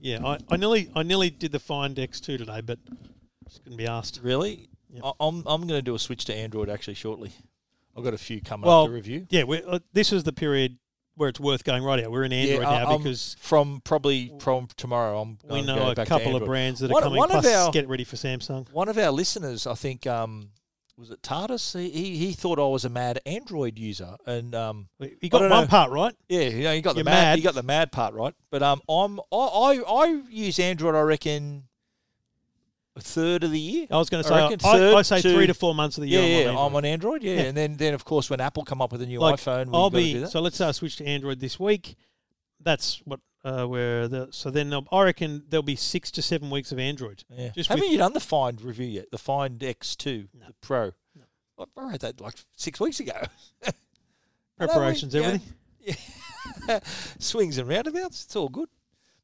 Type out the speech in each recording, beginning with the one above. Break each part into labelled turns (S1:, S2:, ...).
S1: Yeah, I, I nearly I nearly did the Fine Dex two today, but just couldn't be asked.
S2: Really?
S1: Yep.
S2: I, I'm I'm going to do a switch to Android actually shortly. I've got a few coming
S1: Well,
S2: up to review.
S1: Yeah, we're, uh, this is the period where it's worth going right out. We're in Android
S2: I-
S1: now
S2: I'm-
S1: because
S2: from probably from tomorrow, I'm
S1: we
S2: going to
S1: know
S2: go
S1: a
S2: back to
S1: couple of
S2: Android.
S1: brands that are
S2: One-
S1: coming.
S2: one of
S1: plus,
S2: our-
S1: get ready for Samsung.
S2: One of our listeners, I think, um, was it Tardis? He, he he thought I was a mad Android user, and um,
S1: You got
S2: don't
S1: one
S2: know.
S1: part right.
S2: yeah, you know, you got the
S1: You're
S2: mad,
S1: mad.
S2: you got the mad part right. But um, I'm I I, I use Android, I reckon, a third of the year.
S1: I was going to say
S2: I
S1: I,
S2: reckon third
S1: I say
S2: to-
S1: three to four months of the year.
S2: yeah,
S1: Oh, I'm on
S2: yeah,
S1: Android.
S2: I'm on Android. Yeah.
S1: Yeah.
S2: and then then of course when Apple come up with a new
S1: Like,
S2: iPhone, we've
S1: I'll
S2: got to do
S1: be
S2: that.
S1: so. Let's uh, switch to Android this week. That's what uh, where the so then they'll- I reckon there'll be six to seven weeks of Android.
S2: Yeah.
S1: Just
S2: Haven't
S1: with-
S2: you done the Find review yet? The Find X2, the Pro. I I read that like six weeks ago.
S1: Preparations,
S2: yeah.
S1: everything.
S2: Swings and roundabouts. It's all good.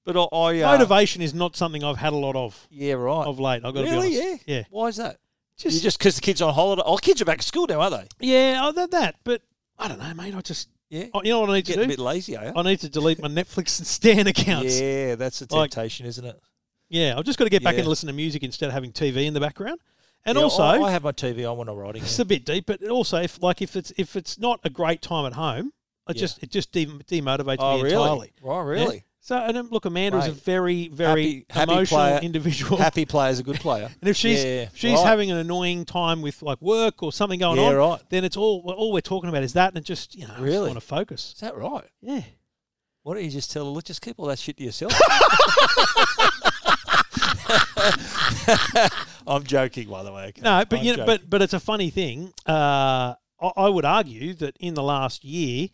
S2: But I, I uh,
S1: Motivation is not something I've had a lot of
S2: Yeah, right.
S1: of late. I've got to
S2: really?
S1: be honest.
S2: Yeah.
S1: yeah.
S2: Why is that?
S1: Just-
S2: Just just because the kids are on holiday. Oh, kids are back to school now, are they?
S1: Yeah, I that, that, but I don't know, mate. I just,
S2: Yeah.
S1: I- you know what I need to
S2: Getting a
S1: do?
S2: bit lazy, are you?
S1: I need to delete my Netflix and Stan accounts. Yeah,
S2: Yeah, that's a
S1: Like-
S2: temptation, isn't it?
S1: I've just got to get back
S2: Yeah.
S1: and listen to music instead of having TV in the background. And
S2: Yeah,
S1: also,
S2: I, I have my TV on when I'm riding.
S1: it's
S2: yeah.
S1: a bit deep, but also, if like if it's if it's not a great time at home, I
S2: Yeah.
S1: just it just de- demotivates
S2: Oh,
S1: me
S2: really?
S1: entirely.
S2: Oh,
S1: Yeah.
S2: really?
S1: So, and um, look, Amanda is a
S2: Mate.
S1: very, very
S2: Happy- happy
S1: emotional
S2: player.
S1: individual.
S2: Happy player's a good player.
S1: And if she's
S2: Yeah,
S1: if she's
S2: right.
S1: having an annoying time with like work or something going
S2: Yeah,
S1: on,
S2: right.
S1: then it's all all we're talking about is that, and it just you know, I just
S2: Really?
S1: want to focus.
S2: Is that right?
S1: Yeah.
S2: Why don't you just tell her, look, just keep all that shit to yourself? I'm joking, by the way. okay?
S1: No, but
S2: I'm
S1: you know,
S2: joking.
S1: but but it's a funny thing. Uh, I, I would argue that in the last year,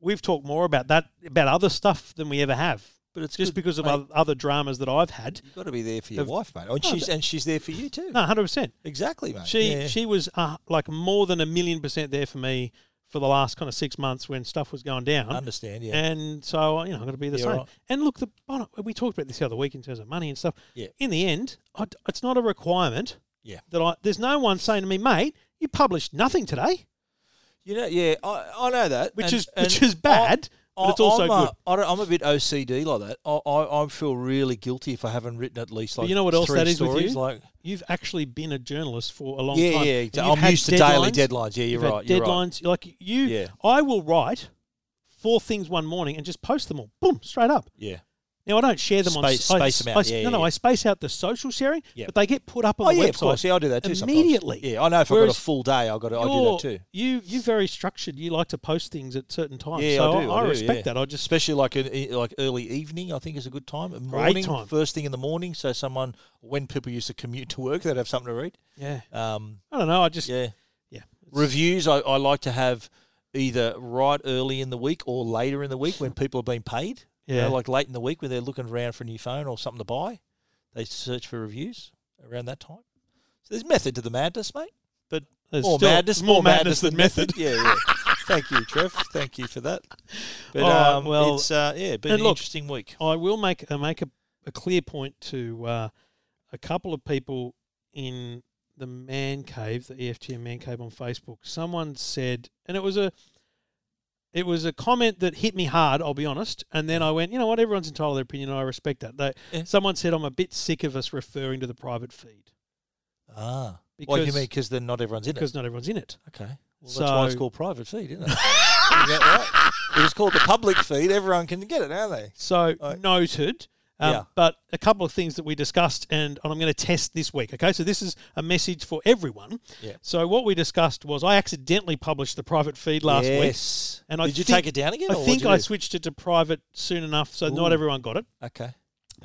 S1: we've talked more about that about other stuff than we ever have.
S2: But it's
S1: just
S2: good,
S1: because of
S2: mate.
S1: oth- other dramas that I've had.
S2: you've got to be there for your
S1: Of-
S2: wife, mate. And she's and she's there for you too.
S1: No, hundred percent.
S2: Exactly, mate.
S1: She
S2: Yeah.
S1: she was uh, like more than a million percent there for me for the last kind of six months when stuff was going down.
S2: I understand. Yeah,
S1: And so uh, you know, I'm going to be the
S2: Yeah,
S1: same.
S2: right.
S1: And look, the bottom, we talked about this the other week in terms of money and stuff.
S2: Yeah.
S1: In the end, I d it's not a requirement.
S2: Yeah.
S1: That I there's no one saying to me, mate, you published nothing today,
S2: you know, yeah, I, I know that,
S1: which
S2: and-
S1: is
S2: and
S1: which is bad,
S2: I-
S1: but it's also
S2: I'm
S1: good.
S2: A, I don't, I'm a bit OCD like that. I, I I feel really guilty if I haven't written at least like
S1: you know what else
S2: three
S1: that is with
S2: stories.
S1: you?
S2: Like
S1: You've actually been a journalist for a long
S2: yeah,
S1: time.
S2: yeah,
S1: and
S2: exactly.
S1: you've
S2: I'm
S1: had
S2: used to daily
S1: deadlines.
S2: deadlines. Yeah, you're
S1: You've had
S2: right. You're right.
S1: deadlines like you.
S2: Yeah.
S1: I will write four things one morning and just post them all. Boom, straight up.
S2: Yeah.
S1: Now I don't share them on
S2: Space-
S1: I-
S2: space them out.
S1: I-
S2: Yeah,
S1: no,
S2: yeah,
S1: no,
S2: yeah.
S1: I space out the social sharing,
S2: Yeah.
S1: but they get put up on
S2: Oh
S1: the
S2: yeah,
S1: website.
S2: of course. Yeah, I do that too. sometimes.
S1: immediately.
S2: Yeah, I know if I've got
S1: Whereas
S2: a full day, I got to, I do
S1: you're-
S2: that too.
S1: You you're very structured. You like to post things at certain times.
S2: Yeah,
S1: so
S2: I do. I, do,
S1: respect
S2: yeah.
S1: that. I just
S2: especially like an, e- like early evening. I think is a good time. And morning,
S1: time.
S2: first thing in the morning. So someone when people used to commute to work, they'd have something to read.
S1: yeah.
S2: Um,
S1: I don't know. I just yeah.
S2: yeah,
S1: It's-
S2: reviews. I, I like to have either right early in the week or later in the week when people have been paid. You know,
S1: Yeah.
S2: like late in the week when they're looking around for a new phone or something to buy, they search for reviews around that time. So there's method to the madness, mate. But
S1: There's
S2: more
S1: still
S2: madness,
S1: more madness than method.
S2: yeah, yeah. Thank you, Trev. Thank you for that. But
S1: All right,
S2: um,
S1: Oh, well,
S2: it's uh, yeah, been
S1: and
S2: an
S1: look-
S2: interesting week.
S1: I will make uh, make a, a clear point to uh, a couple of people in the man cave, the E EFTM man cave on Facebook. Someone said, and it was a it was a comment that hit me hard. I'll be honest. And then I went, you know what? Everyone's entitled to their opinion. and I respect that. They,
S2: Yeah.
S1: Someone said, I'm a bit sick of us referring to the private feed
S2: Ah,
S1: because
S2: well, you mean because then not everyone's in it?
S1: because not everyone's in it.
S2: Okay, well, that's why it's
S1: So-
S2: called private feed, isn't it? Is that right? It was called the public feed. Everyone can get it, aren't they?
S1: So
S2: I-
S1: noted. Um,
S2: Yeah.
S1: But a couple of things that we discussed, and, and I'm going to test this week. Okay, so this is a message for everyone.
S2: Yeah.
S1: So what we discussed was I accidentally published the private feed last week,
S2: yes.
S1: and I
S2: did you
S1: think-
S2: take it down again?
S1: I
S2: or what'd
S1: think
S2: you
S1: I
S2: do?
S1: switched it to private soon enough, so
S2: Ooh.
S1: not everyone got it.
S2: Okay. okay.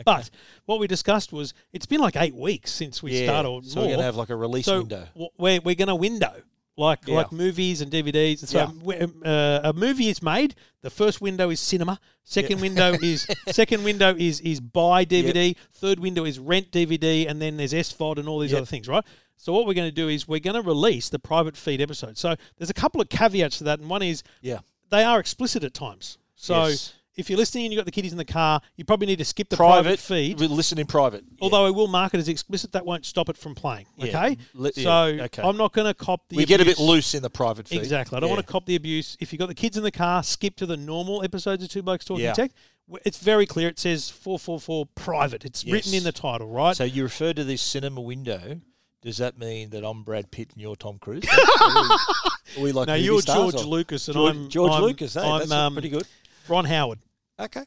S1: But what we discussed was it's been like eight weeks since we
S2: Yeah,
S1: started, or
S2: so we're
S1: more.
S2: gonna have like a release
S1: so
S2: window.
S1: w- we're we're going to window. Like,
S2: Yeah.
S1: like movies and DVDs. So
S2: Yeah.
S1: we- um, uh, a movie is made. The first window is cinema. Second window is second window is is buy DVD. Third window is rent DVD, and then there's SVOD and all these
S2: Yep.
S1: other things, right? So what we're going to do is we're going to release the private feed episode. So there's a couple of caveats to that, and one is
S2: Yeah.
S1: they are explicit at times. So
S2: Yes.
S1: if you're listening and you've got the kiddies in the car, you probably need to skip the private,
S2: private,
S1: feed.
S2: We listen in private. Yeah.
S1: Although I will mark it as explicit, that won't stop it from playing.
S2: Yeah.
S1: Okay,
S2: Let- yeah,
S1: so
S2: okay.
S1: I'm not going to cop the.
S2: we get a bit
S1: abuse.
S2: loose in the private feed.
S1: Exactly. I don't
S2: Yeah.
S1: want to cop the abuse. If you've got the kids in the car, skip to the normal episodes of Two Blokes Talking
S2: Yeah.
S1: Tech. W- It's very clear. It says 444 private. It's written
S2: Yes.
S1: in the title, right?
S2: So you refer to this cinema window. Does that mean that I'm Brad Pitt and you're Tom Cruise? Are we like
S1: no,
S2: movie
S1: you're
S2: stars
S1: George
S2: or-
S1: Lucas and
S2: George,
S1: I'm
S2: George
S1: I'm-
S2: Lucas. Hey,
S1: I'm
S2: that's
S1: um,
S2: pretty good.
S1: Ron Howard.
S2: Okay,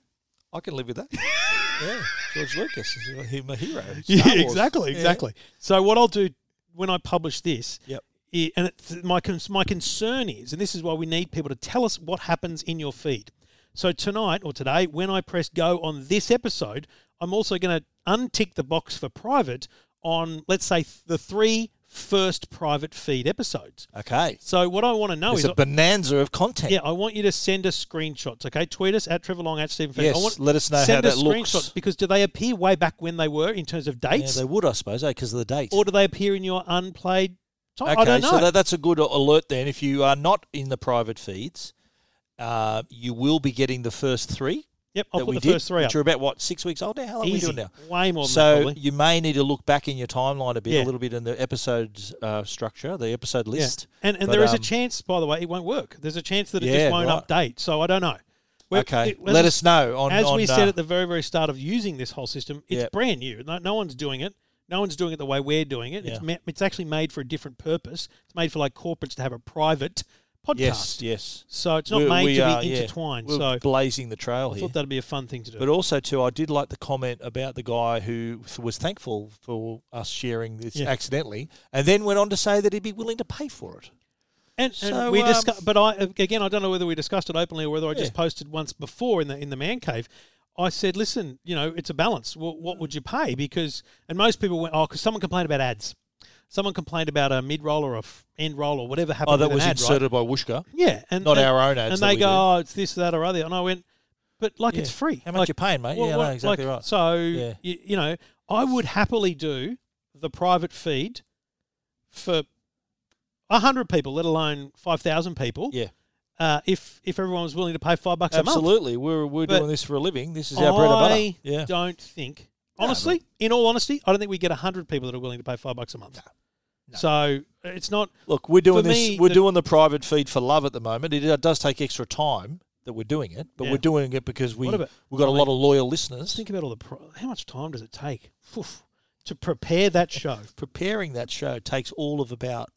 S2: I can live with that. yeah, George Lucas is he- my hero. Star
S1: Yeah,
S2: Wars.
S1: exactly,
S2: Yeah.
S1: exactly. So what I'll do when I publish this,
S2: Yep.
S1: i- and it's, my con- my concern is, and this is why we need people to tell us what happens in your feed. So tonight or today, when I press go on this episode, I'm also going to untick the box for private on, let's say, th- the three first private feed episodes.
S2: Okay,
S1: So what I want to know
S2: it's
S1: is,
S2: a bonanza of content.
S1: yeah, I want you to send us screenshots. Okay, tweet us at Trevor Long at Stephen. Fenn. I
S2: Yes,
S1: want,
S2: let us know how
S1: send
S2: that
S1: us
S2: looks.
S1: screenshots because do they appear way back when they were in terms of
S2: Yeah,
S1: dates?
S2: they would, I suppose, because of the date.
S1: or do they appear in your unplayed time?
S2: okay,
S1: I don't know.
S2: so that, that's a good alert then. If you are not in the private feeds, uh, you will be getting the first three
S1: yep, I'll
S2: that
S1: put
S2: we
S1: the
S2: did,
S1: first three up.
S2: which are about what six weeks old now. How long
S1: Easy,
S2: are we doing now?
S1: way more than that,
S2: So
S1: probably.
S2: you may need to look back in your timeline a bit,
S1: Yeah.
S2: a little bit in the episode uh, structure, the episode
S1: Yeah.
S2: list.
S1: And and
S2: But,
S1: there is a
S2: um,
S1: chance, by the way, it won't work. There's a chance that it
S2: Yeah,
S1: just won't
S2: right.
S1: update. So I don't know. We're-
S2: Okay,
S1: it- as-
S2: let us know on
S1: As
S2: on,
S1: we said
S2: uh,
S1: at the very very start of using this whole system, it's
S2: Yeah.
S1: brand new. No, no one's doing it. No one's doing it the way we're doing it.
S2: Yeah.
S1: It's ma- it's actually made for a different purpose. It's made for like corporates to have a private podcast.
S2: yes, yes.
S1: So it's not
S2: We-
S1: made
S2: we
S1: to
S2: are,
S1: be
S2: yeah.
S1: intertwined.
S2: We're
S1: so I
S2: blazing the trail here.
S1: thought that'd be a fun thing to do.
S2: But also too, I did like the comment about the guy who was thankful for us sharing this
S1: Yeah.
S2: accidentally, and then went on to say that he'd be willing to pay for it.
S1: And, and
S2: So,
S1: we
S2: um,
S1: discuss, but I again, I don't know whether we discussed it openly or whether I just
S2: Yeah.
S1: posted once before in the in the man cave. I said, listen, you know, it's a balance. What, what
S2: Mm.
S1: would you pay? Because and most people went, oh, because someone complained about ads. Someone complained about a mid roll or a f- end roll or whatever happened.
S2: Oh, that
S1: with
S2: was
S1: an ad,
S2: inserted by Wooshka,
S1: right? Yeah, and
S2: not
S1: and,
S2: our own ads.
S1: And
S2: that
S1: they
S2: we
S1: go,
S2: do.
S1: oh, it's this, that, or other, and I went, but like it's
S2: Yeah.
S1: free.
S2: "How much
S1: Like,
S2: you paying, mate?"
S1: what-
S2: Uh, yeah,
S1: what-
S2: no, exactly
S1: like,
S2: right.
S1: So
S2: Yeah.
S1: you, you know, I would happily do the private feed for hundred people, let alone five thousand people.
S2: Yeah.
S1: Uh, if if everyone was willing to pay five bucks a month,
S2: Absolutely, we're we're
S1: But
S2: doing this for a living. This is our bread and butter.
S1: I
S2: Yeah,
S1: don't think.
S2: No,
S1: Honestly, in all honesty, I don't think we get hundred people that are willing to pay five bucks a month.
S2: No.
S1: So it's not.
S2: look, we're doing this.
S1: me,
S2: we're
S1: the-
S2: doing the private feed for love at the moment. It, does take extra time that we're doing it, but
S1: Yeah.
S2: we're doing it because we
S1: What about-
S2: we've got a lot of loyal listeners.
S1: Think about all the. Pro- how much time does it take Oof, to prepare that show?
S2: preparing that show takes all of about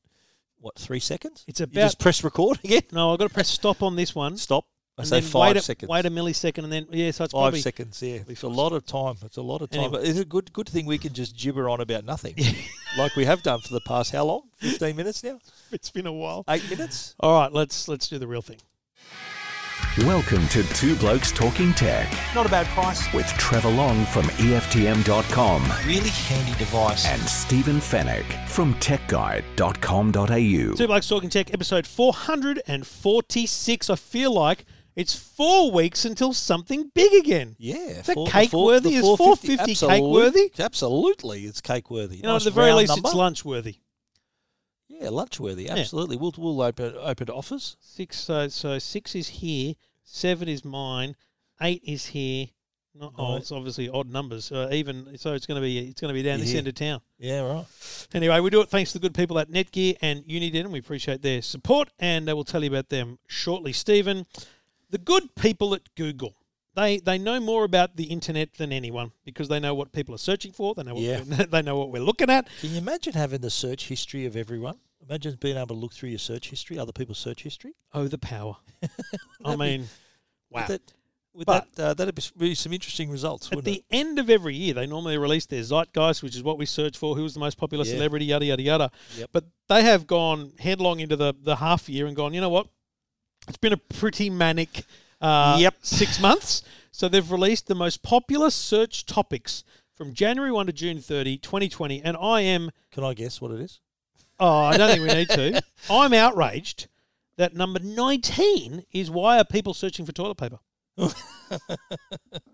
S2: what three seconds?
S1: It's
S2: You
S1: about.
S2: just press record again.
S1: No, I've got to press stop on this one.
S2: Stop. I
S1: and
S2: say
S1: then
S2: five
S1: wait a,
S2: seconds.
S1: Wait a millisecond, and then yeah, so it's
S2: five
S1: probably
S2: seconds. Yeah, it's a lot of time. It's a lot of time.
S1: Anyway.
S2: But it's a good good thing we can just gibber on about nothing, like we have done for the past how long? Fifteen minutes now?
S1: it's been a while.
S2: Eight minutes?
S1: All right, let's let's do the real thing.
S3: Welcome to Two Blokes Talking Tech
S2: Not a bad price.
S3: with Trevor Long from E EFTM.com
S2: Really handy device.
S3: and Stephen Fennec from
S1: Two
S3: TechGuide.com.au.
S1: Blokes Talking Tech, episode four hundred and forty-six. I feel like it's four weeks until something big again.
S2: Yeah,
S1: that cake worthy? Is 450 cake worthy?
S2: Absolutely, it's cake worthy.
S1: You know,
S2: Nice
S1: at the very
S2: round
S1: least,
S2: number.
S1: it's lunch worthy.
S2: Yeah, lunch worthy. Absolutely, we'll we'll open open offers.
S1: Six, so so six is here, seven is mine, eight is here. Not, Oh,
S2: Right.
S1: it's obviously odd numbers. Uh, even so, it's going to be it's going to be down this
S2: Yeah.
S1: end of town.
S2: Yeah, right.
S1: Anyway, we do it thanks to the good people at Netgear and Uniden. We appreciate their support, and uh, we'll tell you about them shortly. Stephen, the good people at Google. They, they know more about the internet than anyone because they know what people are searching for. They know what
S2: Yeah.
S1: we're- they know what we're looking at.
S2: Can you imagine having the search history of everyone? Imagine being able to look through your search history, other people's search history.
S1: Oh, the power! I mean, wow.
S2: Would that, would
S1: But-
S2: that uh, that'd be- be some interesting results,
S1: At
S2: wouldn't
S1: the
S2: it?
S1: end of every year, they normally release their zeitgeist, which is what we search for, who was the most popular
S2: Yeah.
S1: celebrity, yada yada yada.
S2: Yep.
S1: But they have gone headlong into the the half year and gone, you know what? It's been a pretty manic uh,
S2: Yep.
S1: six months. So they've released the most popular search topics from January 1 to June 30, 2020. And I am,
S2: Can I guess what it is?
S1: oh, I don't think we need to. I'm outraged that number 19 is why are people searching for toilet paper?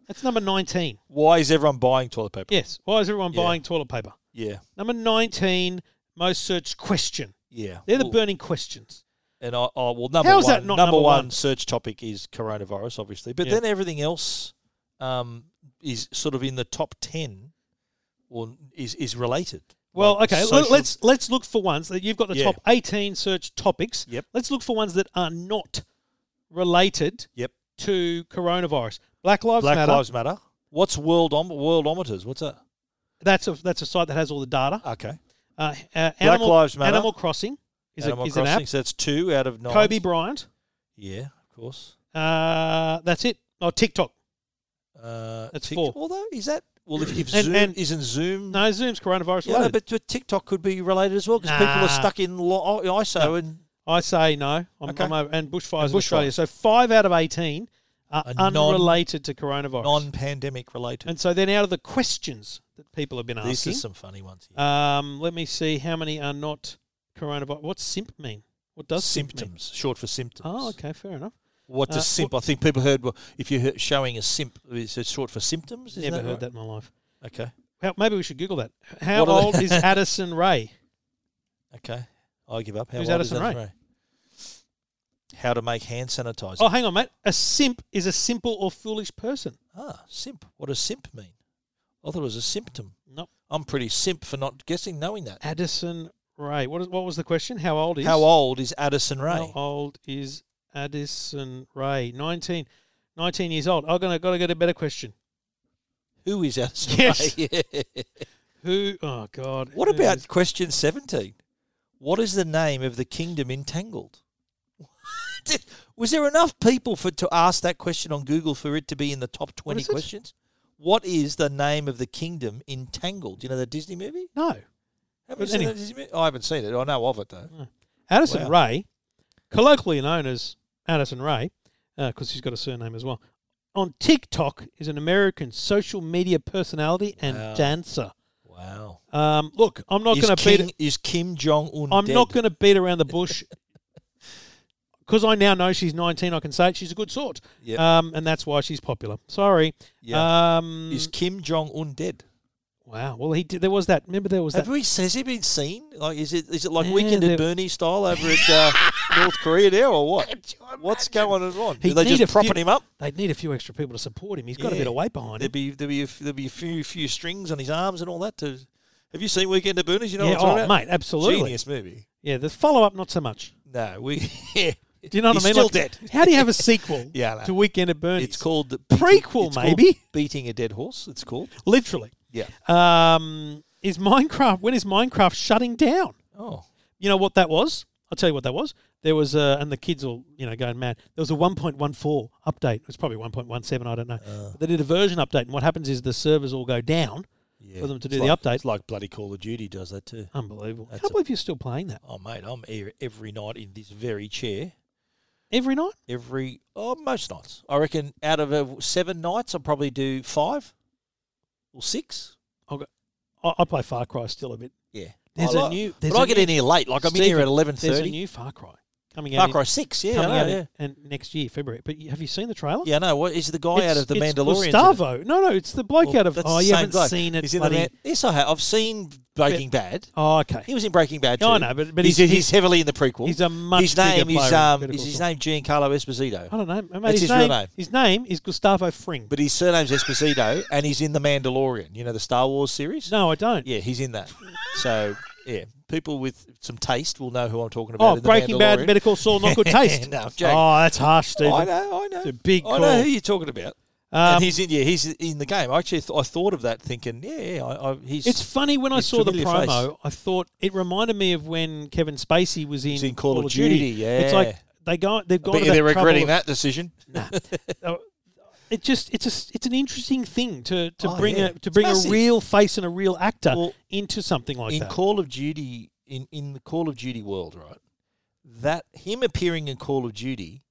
S1: That's number 19.
S2: Why is everyone buying toilet paper?
S1: Yes. Why is everyone
S2: Yeah.
S1: buying toilet paper?
S2: Yeah,
S1: Number 19, most searched question.
S2: yeah.
S1: They're the
S2: Well,
S1: burning questions.
S2: And I, I well, number
S1: How's
S2: one,
S1: that not
S2: number
S1: number
S2: one,
S1: one?
S2: search topic is coronavirus, obviously, but
S1: Yeah.
S2: then everything else um, is sort of in the top ten, or is is related.
S1: Well,
S2: Like
S1: okay.
S2: social-
S1: let- Let's let's look for ones that you've got the
S2: Yeah.
S1: top eighteen search topics.
S2: Yep.
S1: Let's look for ones that are not related
S2: Yep.
S1: to coronavirus. Black Lives
S2: Black
S1: Matter.
S2: Lives Matter. What's world om- worldometers? What's that?
S1: That's a that's a site that has all the data.
S2: Okay,
S1: Uh, uh, Animal,
S2: Lives Matter.
S1: Animal Crossing is,
S2: Animal
S1: a, is
S2: Crossing.
S1: an app.
S2: So that's two out of nine.
S1: Kobe Bryant.
S2: Yeah, of course.
S1: Uh, that's it. Oh, TikTok.
S2: Uh,
S1: That's
S2: Tik-
S1: four.
S2: Although is that well, if, if
S1: And-
S2: Zoom
S1: and-
S2: isn't Zoom,
S1: No, Zoom's coronavirus
S2: yeah, no,
S1: related.
S2: but, but TikTok could be related as well because people are
S1: Nah.
S2: stuck in lo- ISO
S1: No.
S2: and
S1: I say no. I'm,
S2: Okay.
S1: I'm over, and bushfires
S2: And
S1: in Australia. So five out of eighteen are
S2: Are non-
S1: unrelated to coronavirus.
S2: non-pandemic related.
S1: and so then out of the questions that people have been
S2: This
S1: asking,
S2: is some funny ones. Here.
S1: um, let me see how many are not coronavirus. What's simp mean? What does Simp mean?
S2: symptoms, short for symptoms.
S1: Oh, okay, fair enough.
S2: What does
S1: Uh,
S2: simp? I think people heard well, if you're he- showing a simp, it's it's short for symptoms. Isn't
S1: Never
S2: that
S1: heard
S2: right?
S1: that in my life.
S2: Okay,
S1: How, maybe we should Google that. How
S2: What are
S1: old
S2: the-
S1: is Addison Ray?
S2: okay. I give up. How
S1: Who's
S2: old
S1: Addison
S2: is
S1: Rae?
S2: Rae? How to make hand sanitizer?
S1: Oh, hang on, mate. A simp is a simple or foolish person.
S2: Ah, simp. What does simp mean? I thought it was a symptom.
S1: Nope.
S2: I'm pretty simp for not guessing, knowing that.
S1: Addison Ray. What, is, what was the question? How old is
S2: How old is Addison Ray?
S1: How old is Addison Ray? 19, 19 years old. I'm gonna gotta get a better question.
S2: Who is Addison
S1: Yes.
S2: Rae?
S1: Who? Oh God.
S2: What
S1: who
S2: about
S1: is-
S2: question 17? What is the name of the kingdom entangled? What? Was there enough people for to ask that question on Google for it to be in the top 20
S1: is it?
S2: questions? What is the name of the kingdom entangled? You know the Disney movie?
S1: no?
S2: Have you
S1: But
S2: seen
S1: anyway.
S2: that Disney movie? I haven't seen it. I know of it though.
S1: Hmm. Addison
S2: Wow.
S1: Ray, colloquially known as Addison Ray, because she's got a surname as well. On TikTok is an American social media personality and
S2: Wow.
S1: dancer.
S2: Wow.
S1: Um, look, I'm not
S2: is,
S1: going to beat.
S2: King, is Kim Jong Un
S1: I'm
S2: dead?
S1: not going to beat around the bush because I now know she's 19. I can say it. She's a good sort,
S2: Yep.
S1: um, and that's why she's popular. Sorry.
S2: Yeah.
S1: Um,
S2: is Kim Jong Un dead?
S1: wow. Well, he did, there was that. Remember there was
S2: Have
S1: that.
S2: we has he been seen? Like is it is it like
S1: Yeah,
S2: Weekend
S1: there-
S2: at Bernie style over at uh, North Korea now or what? What's going on?
S1: He'd
S2: Are they
S1: need a
S2: just propping
S1: few-
S2: him up?
S1: They'd need a few extra people to support him. He's got a
S2: Yeah.
S1: bit of weight behind
S2: There'd
S1: him.
S2: be there'd be a, f- there'd be a few few strings on his arms and all that. To have you seen Weekend at Bernie's? You know
S1: yeah,
S2: what I'm talking
S1: oh,
S2: about?
S1: mate, absolutely.
S2: Genius movie.
S1: Yeah, the follow up, not so much.
S2: No, we yeah.
S1: Do you know what
S2: He's
S1: I mean?
S2: Still
S1: Like,
S2: dead.
S1: How do you have a sequel
S2: Yeah, I know.
S1: to Weekend at Bernie's?
S2: It's called the
S1: Prequel,
S2: it's called
S1: maybe?
S2: beating a dead horse. It's called
S1: Literally.
S2: yeah.
S1: Um, is Minecraft, when is Minecraft shutting down?
S2: Oh,
S1: You know what that was? I'll tell you what that was. There was, uh, and the kids will, you know, going mad. There was a 1.14 update. It was probably 1.17, I don't know.
S2: Uh.
S1: But they did a version update, and what happens is the servers all go down
S2: yeah.
S1: for them to
S2: It's
S1: do
S2: like-
S1: the update.
S2: It's like bloody Call of Duty does that too.
S1: Unbelievable. I
S2: That's
S1: can't
S2: a-
S1: believe you're still playing that.
S2: Oh mate, I'm here every night in this very chair.
S1: Every night?
S2: Every oh most nights, I reckon. Out of uh, seven nights, I'll probably do five or six.
S1: I, I play Far Cry still a bit.
S2: Yeah,
S1: There's
S2: I
S1: a
S2: like-
S1: new- there's
S2: But I
S1: a
S2: get
S1: new-
S2: in here late. Like I'm in here
S1: Stephen,
S2: at eleven
S1: There's a
S2: thirty.
S1: new Far Cry coming out.
S2: Far
S1: in-
S2: Cry Six. Yeah, I
S1: coming
S2: know,
S1: out
S2: yeah.
S1: in- and next year, February. But you- have you seen the trailer?
S2: Yeah, no. What is the guy out
S1: It's-
S2: of the
S1: it's
S2: Mandalorian?
S1: Gustavo. No, no, it's the bloke
S2: Well,
S1: out of.
S2: that's
S1: Oh,
S2: the
S1: you
S2: same
S1: haven't
S2: bloke.
S1: seen it.
S2: He's in the
S1: bloody-
S2: Man- yes, I have. I've seen Breaking Bad.
S1: oh, okay.
S2: He was in Breaking Bad too.
S1: Yeah, I know, but- but
S2: he's,
S1: he's-
S2: he's heavily in the prequel.
S1: he's a much
S2: his name
S1: bigger player
S2: is
S1: in
S2: um
S1: Better
S2: is
S1: Call
S2: his
S1: Saul.
S2: name Giancarlo Esposito.
S1: I don't know. Mate,
S2: That's
S1: his,
S2: his
S1: name,
S2: real name.
S1: His name is Gustavo Fring.
S2: But his surname's Esposito, and he's in the Mandalorian. You know the Star Wars series.
S1: no, I don't.
S2: Yeah, he's in that. so yeah, people with some taste will know who I'm talking about.
S1: oh,
S2: in the
S1: Breaking Bad,
S2: Mandalorian.
S1: Better Call Saul, not good taste.
S2: No, I'm joking.
S1: oh, that's harsh, Stephen.
S2: I know, I know.
S1: It's a big
S2: I
S1: call.
S2: know who you're talking about.
S1: Um,
S2: and he's in, yeah, he's in the game. I actually, th- I thought of that, thinking, yeah, yeah, I, I, he's
S1: It's funny when I
S2: His
S1: saw the
S2: familiar face.
S1: promo, I thought it reminded me of when Kevin Spacey was in,
S2: He's in Call of Duty, yeah.
S1: it's like they go, they've
S2: I
S1: gone.
S2: bet
S1: to that
S2: you they're
S1: trouble
S2: regretting
S1: of-
S2: that decision.
S1: It just it's a, it's an interesting thing to to
S2: Oh,
S1: bring
S2: yeah.
S1: a to
S2: It's
S1: bring a
S2: massive.
S1: real face and a real actor
S2: Well,
S1: into something like
S2: in
S1: that.
S2: Call of Duty, in in the Call of Duty world, right? That him appearing in Call of Duty,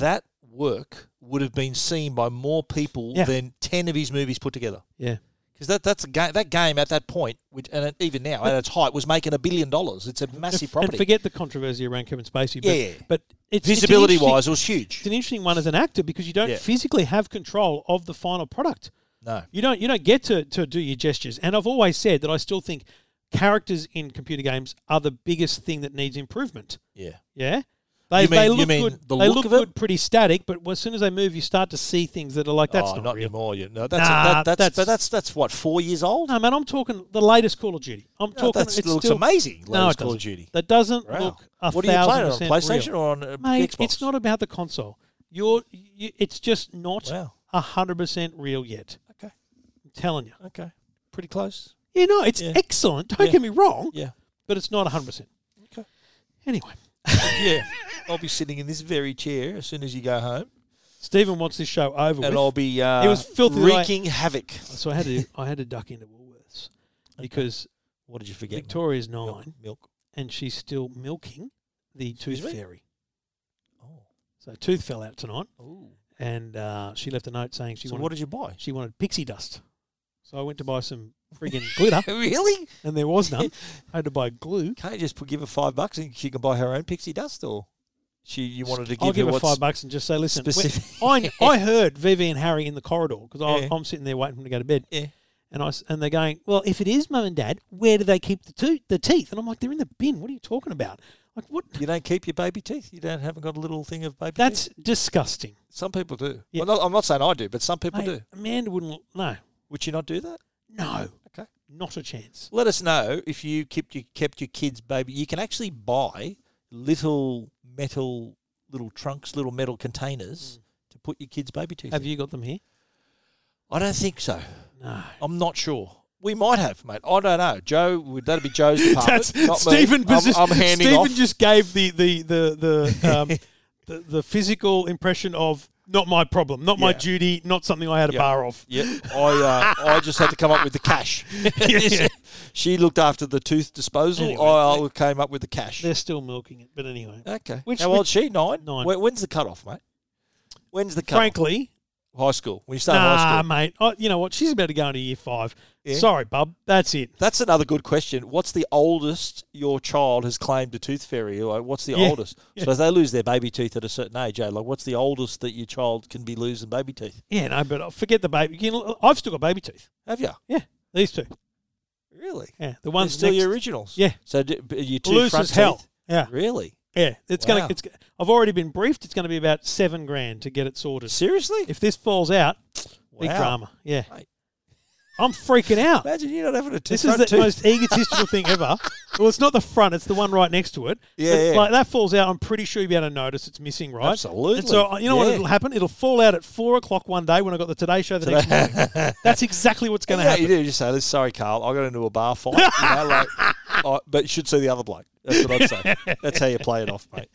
S2: that work would have been seen by more people
S1: Yeah.
S2: than ten of his movies put together.
S1: yeah,
S2: Because that that's a game that game at that point, which and it- even now at its height, was making a billion dollars. It's a massive
S1: and,
S2: property.
S1: forget the controversy around Kevin Spacey. But,
S2: Yeah, yeah.
S1: but it's it's an
S2: Visibility
S1: interesting-
S2: wise, it was huge.
S1: it's an interesting one as an actor because you don't
S2: Yeah.
S1: physically have control of the final product.
S2: No,
S1: You don't you don't get to, to do your gestures. And I've always said that I still think characters in computer games are the biggest thing that needs improvement.
S2: yeah.
S1: Yeah. They,
S2: You mean-
S1: they
S2: you
S1: look
S2: mean
S1: good.
S2: the
S1: they
S2: look
S1: look
S2: of it?
S1: good, pretty static. But as soon as they move, you start to see things that are like that's
S2: Oh,
S1: not, real.
S2: anymore. You know, that's,
S1: Nah,
S2: that, that's,
S1: that's-
S2: but that's that's what four years old.
S1: No, man, I'm talking the latest Call of Duty. I'm
S2: No,
S1: talking.
S2: that's-
S1: It's
S2: Oh, that looks
S1: still,
S2: amazing.
S1: No,
S2: latest
S1: it
S2: Call of
S1: doesn't.
S2: Duty.
S1: That doesn't
S2: Wow.
S1: look a
S2: what are you playing
S1: thousand
S2: it on
S1: percent
S2: PlayStation
S1: real.
S2: or on uh,
S1: Mate,
S2: Xbox?
S1: it's not about the console. You're. You, it's just not
S2: Wow.
S1: hundred percent real yet.
S2: Okay.
S1: I'm telling you.
S2: Okay, pretty close.
S1: You know, it's
S2: Yeah.
S1: excellent. Don't
S2: Yeah.
S1: get me wrong,
S2: Yeah,
S1: but it's not hundred percent.
S2: Okay.
S1: Anyway,
S2: yeah. I'll be sitting in this very chair as soon as you go home,
S1: Stephen wants this show over. with.
S2: and I'll be uh,
S1: It was filthy that I-
S2: wreaking havoc.
S1: So I had to I had to duck into Woolworths because
S2: What did you forget? mate?
S1: Victoria's nine
S2: milk. milk.
S1: and she's still milking the tooth
S2: Excuse me?
S1: fairy. So tooth fell out tonight,
S2: Oh, Ooh.
S1: and uh, she left a note saying she
S2: so
S1: wanted
S2: what did you buy?
S1: she wanted pixie dust. So I went to buy some friggin' glitter,
S2: really?
S1: and there was none. I had to buy glue.
S2: Can't you just put, give her five bucks and she can buy her own pixie dust, or she you wanted to give
S1: I'll give
S2: her
S1: her
S2: what's
S1: five bucks and just say, "Listen, we-
S2: specific?
S1: I I heard Vivi and Harry in the corridor because
S2: Yeah.
S1: I'm sitting there waiting for them to go to bed.
S2: Yeah.
S1: And I s- and they're going, well, if it is mum and dad, where do they keep the tooth, the teeth? And I'm like, they're in the bin. What are you talking about? Like what?
S2: You don't keep your baby teeth. You don't haven't got a little thing of baby.
S1: That's disgusting.
S2: teeth? some people do.
S1: Yeah.
S2: Well, not, I'm not saying I do, but some people
S1: Mate,
S2: do.
S1: Amanda wouldn't. No,
S2: Would you not do that?
S1: no,
S2: Okay.
S1: not a chance.
S2: Let us know if you kept your kept your kids' baby. You can actually buy little metal little trunks, little metal containers to put your kids' baby teeth.
S1: Hmm. Have
S2: in.
S1: you got them here?
S2: I don't think so.
S1: No.
S2: I'm not sure. We might have, mate. I don't know. Joe, would that be Joe's department?
S1: That's
S2: not me.
S1: Stephen.
S2: I'm,
S1: possess-
S2: I'm handing
S1: Stephen
S2: off.
S1: just gave the the the the, um, the the physical impression of not my problem, not my
S2: Yeah.
S1: duty, not something I had a
S2: Yeah.
S1: bar off.
S2: Yeah, I uh, I just had to come up with the cash. she looked after the tooth disposal.
S1: Anyway,
S2: I I came up with the cash.
S1: They're still milking it, but anyway.
S2: Okay.
S1: Which-
S2: How
S1: which-
S2: old's she? Nine.
S1: Nine.
S2: When- when's the cutoff, mate? When's the cutoff?
S1: Frankly,
S2: high school. When you start high
S1: nah,
S2: school.
S1: mate. I, you know what? She's about to go into year five.
S2: Yeah.
S1: Sorry, bub. That's it.
S2: That's another good question. What's the oldest your child has claimed a tooth fairy? Like, what's the
S1: Yeah.
S2: oldest? So if they lose their baby teeth at a certain age, eh? like what's the oldest that your child can be losing baby teeth?
S1: Yeah, no, but I- forget the baby. You know, I've still got baby teeth.
S2: Have you?
S1: Yeah, these two.
S2: Really?
S1: Yeah, the
S2: They're
S1: one's
S2: still
S1: next,
S2: your originals.
S1: Yeah.
S2: So do, are your two
S1: loose
S2: front
S1: as hell.
S2: teeth?
S1: Yeah,
S2: Really?
S1: yeah. It's
S2: Wow.
S1: gonna. It's. I've already been briefed. It's gonna be about seven grand to get it sorted.
S2: Seriously?
S1: If this falls out, big
S2: Wow.
S1: drama. Yeah,
S2: Mate.
S1: I'm freaking out.
S2: Imagine you not having a tooth.
S1: This is the
S2: front tooth.
S1: most egotistical thing ever. Well, it's not the front; it's the one right next to it.
S2: Yeah,
S1: But,
S2: yeah.
S1: like that falls out. I'm pretty sure you'll be able to notice it's missing, right?
S2: Absolutely.
S1: And so uh, you know what
S2: Yeah.
S1: will happen? It'll fall out at four o'clock one day when I got the Today Show the next morning. That's exactly what's going to
S2: yeah,
S1: happen.
S2: you do. You just say, "Listen, "Sorry, Carl, I got into a bar fight." you know, like, I, but you should see the other bloke. That's what I'd say. That's how you play it off, mate.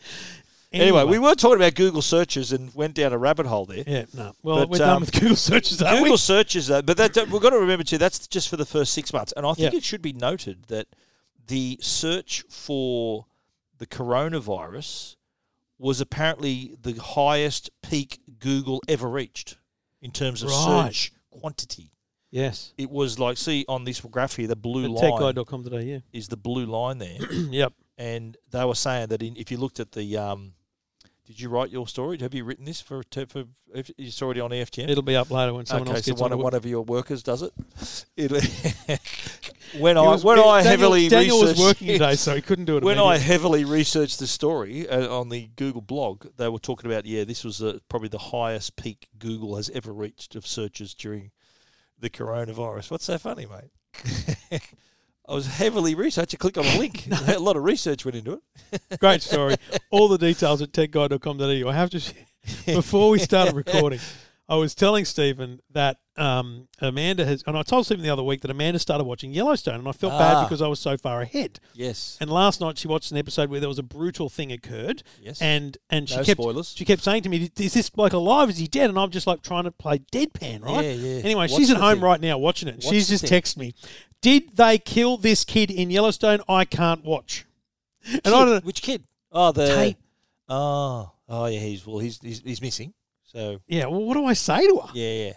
S2: Anyway, we were talking about Google searches and went down a rabbit hole there.
S1: yeah no. Well,
S2: But,
S1: we're done
S2: um,
S1: with Google searches, aren't
S2: Google
S1: we?
S2: searches, uh, but that, that- we've got to remember too. That's just for the first six months, and I think
S1: Yeah.
S2: it should be noted that the search for the coronavirus was apparently the highest peak Google ever reached in terms of
S1: Right.
S2: search quantity.
S1: Yes.
S2: It was like see on this graph here, the blue line
S1: Techguide.com today.
S2: is the blue line there,
S1: Yeah. yep.
S2: and they were saying that in, if you looked at the um, did you write your story? Have you written this for for? If you saw it on E EFTM?
S1: It'll be up later when someone
S2: okay,
S1: else
S2: so
S1: gets
S2: one
S1: on
S2: of
S1: to
S2: one
S1: it.
S2: of your workers does it. It- when I
S1: He was-
S2: when
S1: Daniel-
S2: I heavily
S1: Daniel
S2: researched
S1: was working today, so he couldn't do it.
S2: when I
S1: immediately.
S2: heavily researched the story uh, on the Google blog, they were talking about yeah, this was uh, probably the highest peak Google has ever reached of searches during the coronavirus. What's so funny, mate? I was heavily researched. I click on a link. A lot of research went into it.
S1: great story. All the details at techguide.com.au. I have to. share- Before we started recording, I was telling Stephen that um, Amanda has, and I told Stephen the other week that Amanda started watching Yellowstone, and I felt
S2: Ah.
S1: bad because I was so far ahead.
S2: Yes.
S1: And last night she watched an episode where there was a brutal thing occurred.
S2: Yes.
S1: And and she
S2: No
S1: kept
S2: spoilers.
S1: she kept saying to me, "Is this bloke alive? Is he dead?" And I'm just like trying to play deadpan, right?
S2: Yeah, yeah.
S1: Anyway,
S2: Watch
S1: she's at
S2: the
S1: home
S2: thing.
S1: right now watching it.
S2: Watch
S1: she's
S2: the
S1: just
S2: thing.
S1: texted me, "Did they kill this kid in Yellowstone? I can't watch." And I don't know.
S2: Which kid? Oh, the
S1: Tate.
S2: Oh, oh yeah. He's well. He's he's, he's missing. So
S1: Yeah, well, what do I say to her?
S2: yeah, yeah.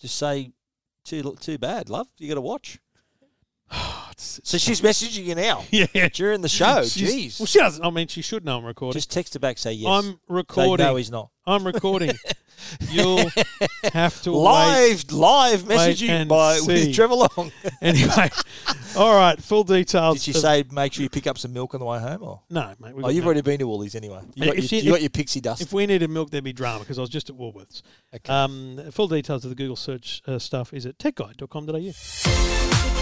S2: Just say too too bad, love. You got to watch.
S1: it's Yes.
S2: So she's messaging you now
S1: Yeah.
S2: during the show.
S1: She's-
S2: Jeez.
S1: Well, she doesn't. I mean, she should know I'm recording.
S2: Just text her back, say yes.
S1: I'm
S2: Say,
S1: recording.
S2: no, he's not.
S1: I'm recording. You'll have to wait.
S2: Live, live messaging
S1: and
S2: by
S1: see.
S2: with Trevor Long.
S1: Anyway, all right. Full details.
S2: Did she
S1: of-
S2: say make sure you pick up some milk on the way home? Or?
S1: no, mate? we've
S2: Oh,
S1: got
S2: you've
S1: no-
S2: already been to Woolies anyway. You got,
S1: If
S2: your,
S1: she-
S2: you got
S1: if-
S2: your pixie dust.
S1: If we needed milk, there'd be drama because I was just at Woolworths.
S2: Okay.
S1: Um, full details of the Google search uh, stuff is at techguide.com.au.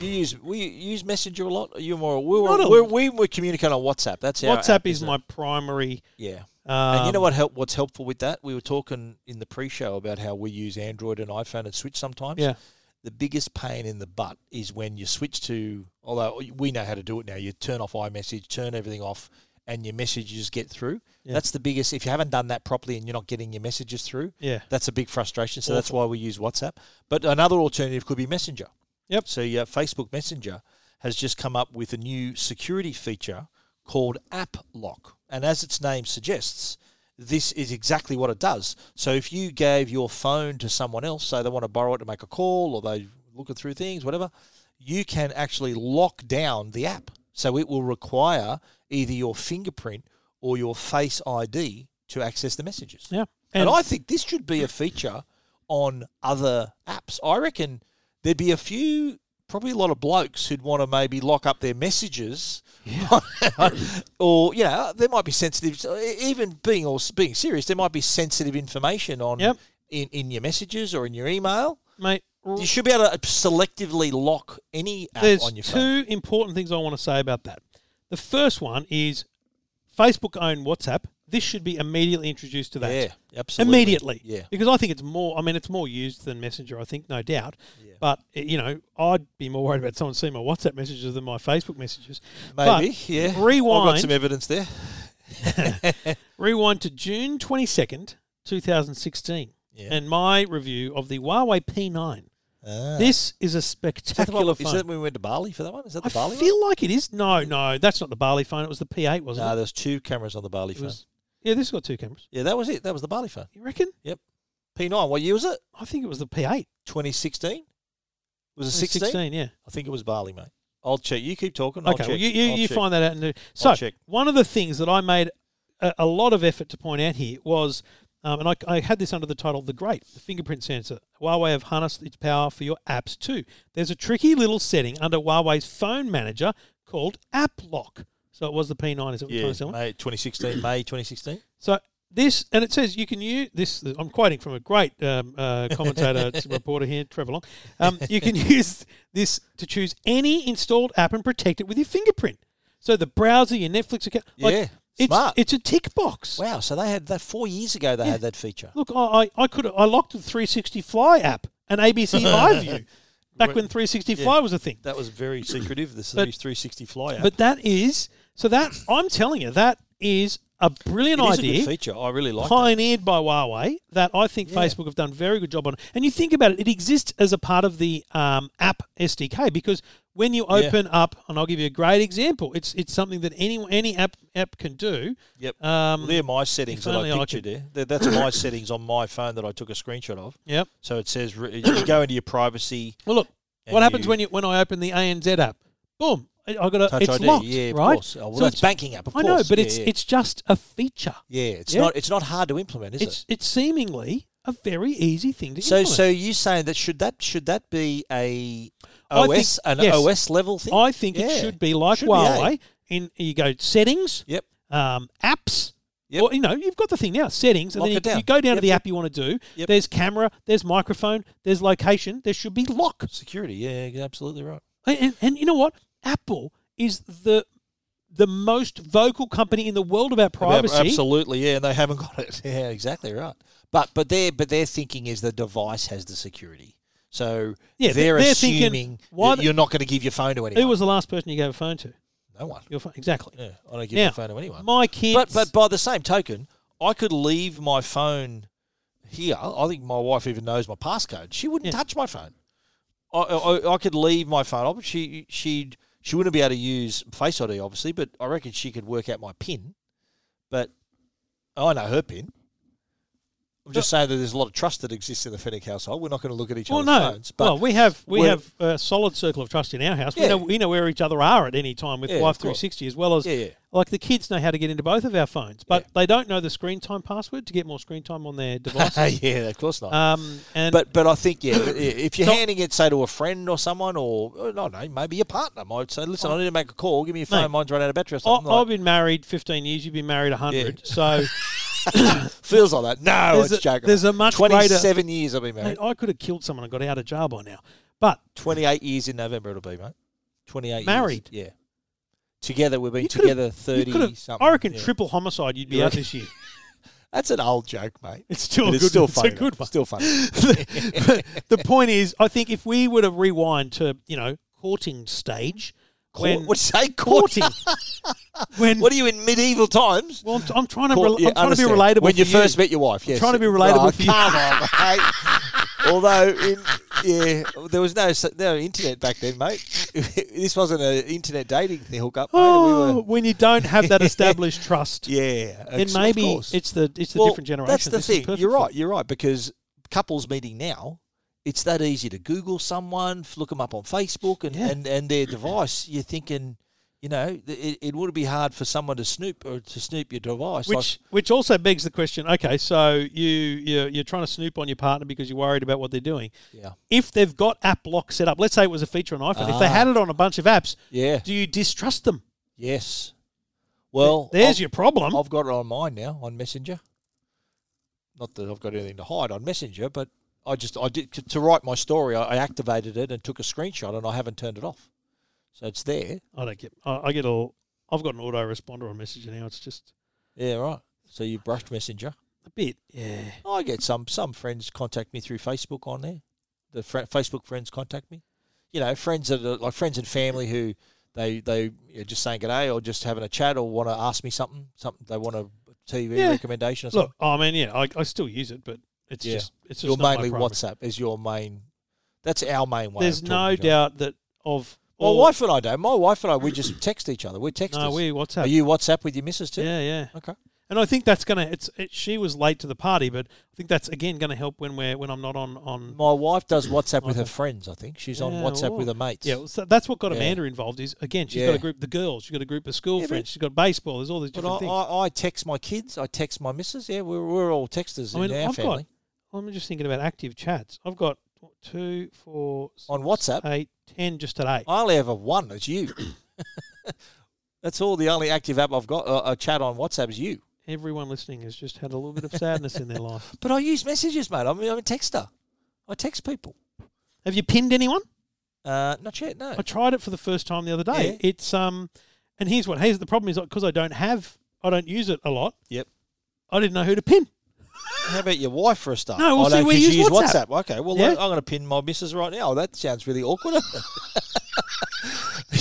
S2: you use we use Messenger a lot. You more we
S1: Not
S2: were,
S1: a-
S2: we're, we were communicating on WhatsApp. That's our
S1: WhatsApp
S2: app,
S1: is
S2: isn't
S1: my
S2: it?
S1: primary.
S2: yeah.
S1: Um,
S2: And you know what? Help what's helpful with that? We were talking in the pre-show about how we use Android and iPhone and Switch sometimes.
S1: Yeah.
S2: The biggest pain in the butt is when you switch to. Although we know how to do it now, you turn off iMessage, turn everything off, and your messages get through.
S1: Yeah.
S2: That's the biggest. If you haven't done that properly and you're not getting your messages through,
S1: Yeah.
S2: that's a big frustration. So that's why we use WhatsApp. But another alternative could be Messenger.
S1: Yep.
S2: So yeah, Facebook Messenger has just come up with a new security feature called App Lock, and as its name suggests, this is exactly what it does. So if you gave your phone to someone else, say they want to borrow it to make a call or they looking through things, whatever, you can actually lock down the app. So it will require either your fingerprint or your face ID to access the messages.
S1: Yeah.
S2: And, I think this should be a feature on other apps. I reckon there'd be a few, probably a lot of blokes who'd want to maybe lock up their messages, or you know, there might be sensitive. so e- Even being or being serious, there might be sensitive information on
S1: Yep.
S2: in in your messages or in your email.
S1: mate, r-
S2: You should be able to selectively lock any app
S1: there's
S2: on your phone.
S1: two important things I want to say about that. The first one is Facebook own WhatsApp. This should be immediately introduced to that.
S2: Yeah, absolutely.
S1: Immediately.
S2: Yeah.
S1: Because I think it's more, I mean, it's more used than Messenger, I think, no doubt. But, eh, you know, I'd be more worried about someone seeing my WhatsApp messages than my Facebook messages.
S2: Maybe.
S1: But
S2: yeah. I've got
S1: Rewind.
S2: some evidence there.
S1: Rewind to June 22nd, 2016.
S2: Yeah.
S1: And my review of the Huawei P9.
S2: Ah.
S1: This is a
S2: Is that the one-
S1: spectacular
S2: Is
S1: phone.
S2: that when we went to Bali for that one? Is that the
S1: I
S2: Bali one?
S1: feel like it is. No, no, that's not the Bali phone. It was the P8, wasn't
S2: No,
S1: it?
S2: there's two cameras on the Bali
S1: It
S2: phone.
S1: was- yeah, this has got two cameras.
S2: Yeah, that was it. That was the Bali phone.
S1: You reckon?
S2: P9. What year was it?
S1: I think it was the P8.
S2: 2016? Was it 16?
S1: 16, yeah.
S2: I think it was Bali, mate. I'll check. You keep talking. I'll
S1: Okay,
S2: check.
S1: well, you, you,
S2: I'll
S1: you
S2: check.
S1: find that out. And do. So,
S2: check.
S1: one of the things that I made a, a lot of effort to point out here was, um, and I, I had this under the title The Great, the fingerprint sensor. Huawei have harnessed its power for your apps too. There's a tricky little setting under Huawei's phone manager called App Lock. So, it was the P9, is it?
S2: Yeah, May 2016, May 2016.
S1: So this, and it says you can use this. I'm quoting from a great um, uh, commentator t- reporter here, Trevor Long. Um, you can use this to choose any installed app and protect it with your fingerprint. So the browser, your Netflix account,
S2: Yeah,
S1: it's,
S2: smart.
S1: It's a tick box.
S2: Wow, so they had that four years ago. They had that feature.
S1: Look, I I, I could I locked the 360 Fly app and ABC iView back when 360 Fly was a thing.
S2: That was very secretive. The
S1: But-
S2: Series 360 Fly app.
S1: But that is so that I'm telling you that is a brilliant
S2: it is
S1: idea.
S2: a good feature. I really like. it.
S1: pioneered by Huawei that I think Facebook have done a very good job on. And you think about it, it exists as a part of the um, app SDK because when you open up, and I'll give you a great example, it's it's something that any any app app can do.
S2: Yep.
S1: Um,
S2: They're my settings that
S1: only
S2: I
S1: I
S2: pictured there. That- That's my settings on my phone that I took a screenshot of.
S1: Yep.
S2: So it says re- you go into your privacy.
S1: Well, look,
S2: And
S1: what happens
S2: you-
S1: when you when I open the ANZ app? Boom, I I got a
S2: Touch
S1: Uh, it's
S2: ID.
S1: locked,
S2: yeah, of
S1: right?
S2: course. Oh, well,
S1: So
S2: that's
S1: it's-
S2: banking app, of
S1: I
S2: course.
S1: know, but
S2: Yeah,
S1: it's
S2: yeah.
S1: it's just a feature.
S2: yeah, it's
S1: Yeah.
S2: not it's not hard to implement, is it?
S1: It's it's seemingly a very easy thing to
S2: So,
S1: implement.
S2: so you saying that should that should that be a
S1: I think-
S2: OS an
S1: yes.
S2: OS level thing?
S1: I think
S2: Yeah.
S1: it should be like
S2: Should be, eh?
S1: Huawei. in you go settings,
S2: Yep.
S1: um, apps.
S2: Yep.
S1: Or, you know, you've got the thing now, settings, and
S2: Lock
S1: then you,
S2: it down.
S1: you go down to
S2: Yep,
S1: the
S2: yep.
S1: app you want to do.
S2: Yep.
S1: There's camera, there's microphone, there's location. There should be lock.
S2: Security. Yeah, you're absolutely right.
S1: And, and, and you know what? Apple is the the most vocal company in the world about privacy.
S2: Absolutely. Yeah, and they haven't got it. Yeah, exactly right. But but their but their thinking is the device has the security. So
S1: Yeah,
S2: they're,
S1: they're thinking,
S2: assuming
S1: why
S2: that
S1: the-
S2: you're not going to give your phone to anyone.
S1: Who was the last person you gave a phone to?
S2: no one.
S1: Your phone, exactly.
S2: Yeah, I don't give
S1: Now,
S2: my phone to anyone.
S1: My kids.
S2: But but by the same token, I could leave my phone here. I think my wife even knows my passcode. She wouldn't
S1: Yeah.
S2: touch my phone. I, I I could leave my phone. up. She she'd she wouldn't be able to use Face ID, obviously, but I reckon she could work out my pin. But I know her pin. I'm just saying that there's a lot of trust that exists in the Fennec household. We're not going to look at each
S1: Well,
S2: other's
S1: no.
S2: phones. But
S1: Well, we have we
S2: we're-
S1: have a solid circle of trust in our house. We
S2: Yeah.
S1: know we know where each other are at any time with
S2: Yeah, of
S1: Life
S2: course.
S1: 360, as well as
S2: yeah, yeah.
S1: like the kids know how to get into both of our phones, but they don't know the screen time password to get more screen time on their devices.
S2: yeah, of course not.
S1: um, and
S2: but but I think yeah, i- if you're
S1: So-
S2: handing it say to a friend or someone or I don't know, maybe your partner might say, "Listen, I need to make a call. Give me your phone.
S1: Oh. Mate. Oh,
S2: Mine's run out of battery." Or
S1: I,
S2: something like,
S1: I've been married 15 years. You've been married 100. So
S2: feels like that. No,
S1: there's,
S2: it's
S1: a,
S2: joking.
S1: there's a much greater.
S2: Twenty-seven years I've been
S1: Mate,
S2: married.
S1: I could have killed someone and got out of jail by now. But
S2: Twenty-eight years in November it'll be, mate. Twenty-eight.
S1: Married?
S2: Years. Yeah. Together we've been
S1: You could've-
S2: together
S1: you
S2: thirty
S1: could have.
S2: something.
S1: I reckon
S2: yeah.
S1: triple homicide. You'd be
S2: You
S1: out
S2: reckon?
S1: this year.
S2: That's an old joke, mate.
S1: It's still a
S2: But
S1: good.
S2: it's still
S1: it's
S2: funny.
S1: a good
S2: though.
S1: one.
S2: Still funny.
S1: the the point is, I think if we were to rewind to you know courting stage,
S2: Court,
S1: when
S2: what say? Court?
S1: courting, when
S2: What are you in medieval times?
S1: well, I'm, I'm trying to
S2: Court-
S1: rel-
S2: yeah,
S1: I'm trying to be
S2: understand.
S1: relatable
S2: When
S1: for
S2: you first met your wife, yes.
S1: trying to be relatable
S2: Oh,
S1: for you.
S2: come on, mate. Although, in, yeah, there was no s- no internet back then, mate. this wasn't an internet dating hookup. Mate.
S1: Oh,
S2: we were,
S1: when you don't have that established trust,
S2: yeah,
S1: then
S2: of
S1: maybe
S2: course.
S1: it's the it's the
S2: Well,
S1: different generation.
S2: That's the
S1: this is
S2: thing.
S1: perfect
S2: You're
S1: for.
S2: right. You're right because couples meeting now, it's that easy to Google someone, f- look them up on Facebook, and
S1: Yeah.
S2: and, and their device. You're thinking, you know, th- it, it would be hard for someone to snoop or to snoop your device. like-
S1: Which which also begs the question. Okay, so you you're, you're trying to snoop on your partner because you're worried about what they're doing.
S2: yeah,
S1: If they've got app lock set up, let's say it was a feature on iPhone. If they
S2: Ah.
S1: had it on a bunch of apps,
S2: yeah,
S1: do you distrust them?
S2: yes. Well,
S1: There's
S2: I've,
S1: your problem.
S2: I've got it on mine now on Messenger. Not that I've got anything to hide on Messenger, but I just I did to, to write my story. I, I activated it and took a screenshot, and I haven't turned it off, so it's there.
S1: I don't get. I, I get a. I've got an auto responder on Messenger now. It's just
S2: Yeah, right. So you brushed Messenger.
S1: a bit. Yeah.
S2: I get some some friends contact me through Facebook on there. The fr- Facebook friends contact me. You know, friends that are like friends and family who they they are just saying good day or just having a chat or want to ask me something, something they want a TV
S1: Yeah.
S2: recommendation or something.
S1: Look, I mean, yeah, I, I still use it, but it's
S2: Yeah.
S1: just it's just
S2: You're
S1: not my
S2: mainly
S1: primary.
S2: WhatsApp is your main. That's our main way.
S1: There's
S2: of talking
S1: no
S2: to each other.
S1: doubt that of
S2: My
S1: all-
S2: wife and I don't. My wife and I we just text each other. We're texters.
S1: No, we WhatsApp.
S2: are you WhatsApp with your missus too?
S1: yeah, yeah.
S2: Okay.
S1: And I think that's gonna. It's it, she was late to the party, but I think that's again gonna help when we're when I'm not on on.
S2: My wife does WhatsApp with her
S1: Okay.
S2: friends. I think she's on
S1: Yeah,
S2: WhatsApp with
S1: well,
S2: her mates.
S1: Yeah, so that's what got
S2: Yeah.
S1: Amanda involved. Is again, she's
S2: Yeah.
S1: got a group the girls, she's got a group of school
S2: Yeah, but-
S1: friends, she's got baseball. There's all these
S2: But
S1: different
S2: I,
S1: things.
S2: I, I text my kids. I text my missus. Yeah, we're, we're all texters
S1: I mean,
S2: in our
S1: I've
S2: family
S1: got. I'm just thinking about active chats. I've got what, two, four, six,
S2: on WhatsApp.
S1: eight, ten just today.
S2: I only have a one. It's you. That's all. The only active app I've got uh, a chat on WhatsApp is you.
S1: Everyone listening has just had a little bit of sadness in their life.
S2: But I use messages, mate. I'm, I'm a texter. I text people.
S1: Have you pinned anyone?
S2: Uh, not yet. No.
S1: I tried it for the first time the other day.
S2: Yeah.
S1: It's um, and here's what here's the problem is because I don't have I don't use it a lot.
S2: Yep.
S1: I didn't know who to pin.
S2: How about your wife for a start?
S1: No, well,
S2: I
S1: see,
S2: know,
S1: we
S2: 'cause
S1: use
S2: you
S1: WhatsApp.
S2: Okay. Well,
S1: Yeah.
S2: look, I'm going to pin my missus right now. That sounds really awkward.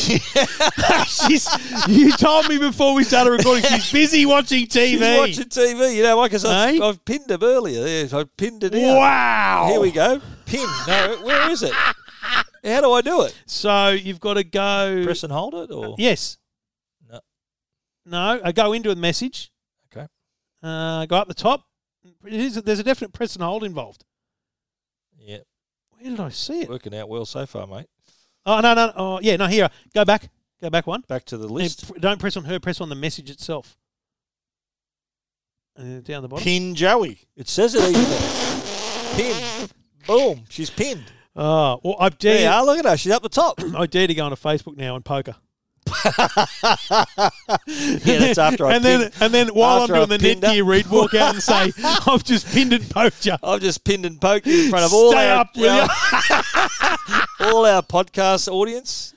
S1: she's, you told me before we started recording she's busy watching TV.
S2: She's watching TV. You know why? Because I've,
S1: Eh?
S2: I've pinned him earlier. Yeah, I pinned it out.
S1: wow.
S2: Here we go. Pin. No, where is it? How do I do it?
S1: So you've got to go.
S2: Press and hold it, or
S1: Yes.
S2: No.
S1: No. I go into a message.
S2: Okay.
S1: Uh, go up the top. It is, there's a definite press and hold involved.
S2: yeah,
S1: Where did I see it?
S2: working out well so far, mate.
S1: Oh no no. Oh yeah. No here. Go back. Go back one.
S2: Back to the list.
S1: Yeah, pr- Don't press on her. Press on the message itself. And then down the bottom.
S2: Pin Joey. It says it even there. Pin. Boom. She's pinned.
S1: Oh, well, I
S2: There you
S1: dare.
S2: are. Look at her. She's up the top.
S1: I dare to go onto Facebook now and poker.
S2: yeah, that's after I
S1: and
S2: pinned.
S1: then and then while I'm
S2: after
S1: doing
S2: I've
S1: the
S2: pinned
S1: netgear read, walk out and say I've just pinned and poked you.
S2: I've just pinned and poked you in front of all
S1: Stay
S2: our,
S1: up, will
S2: our- all our podcast audience.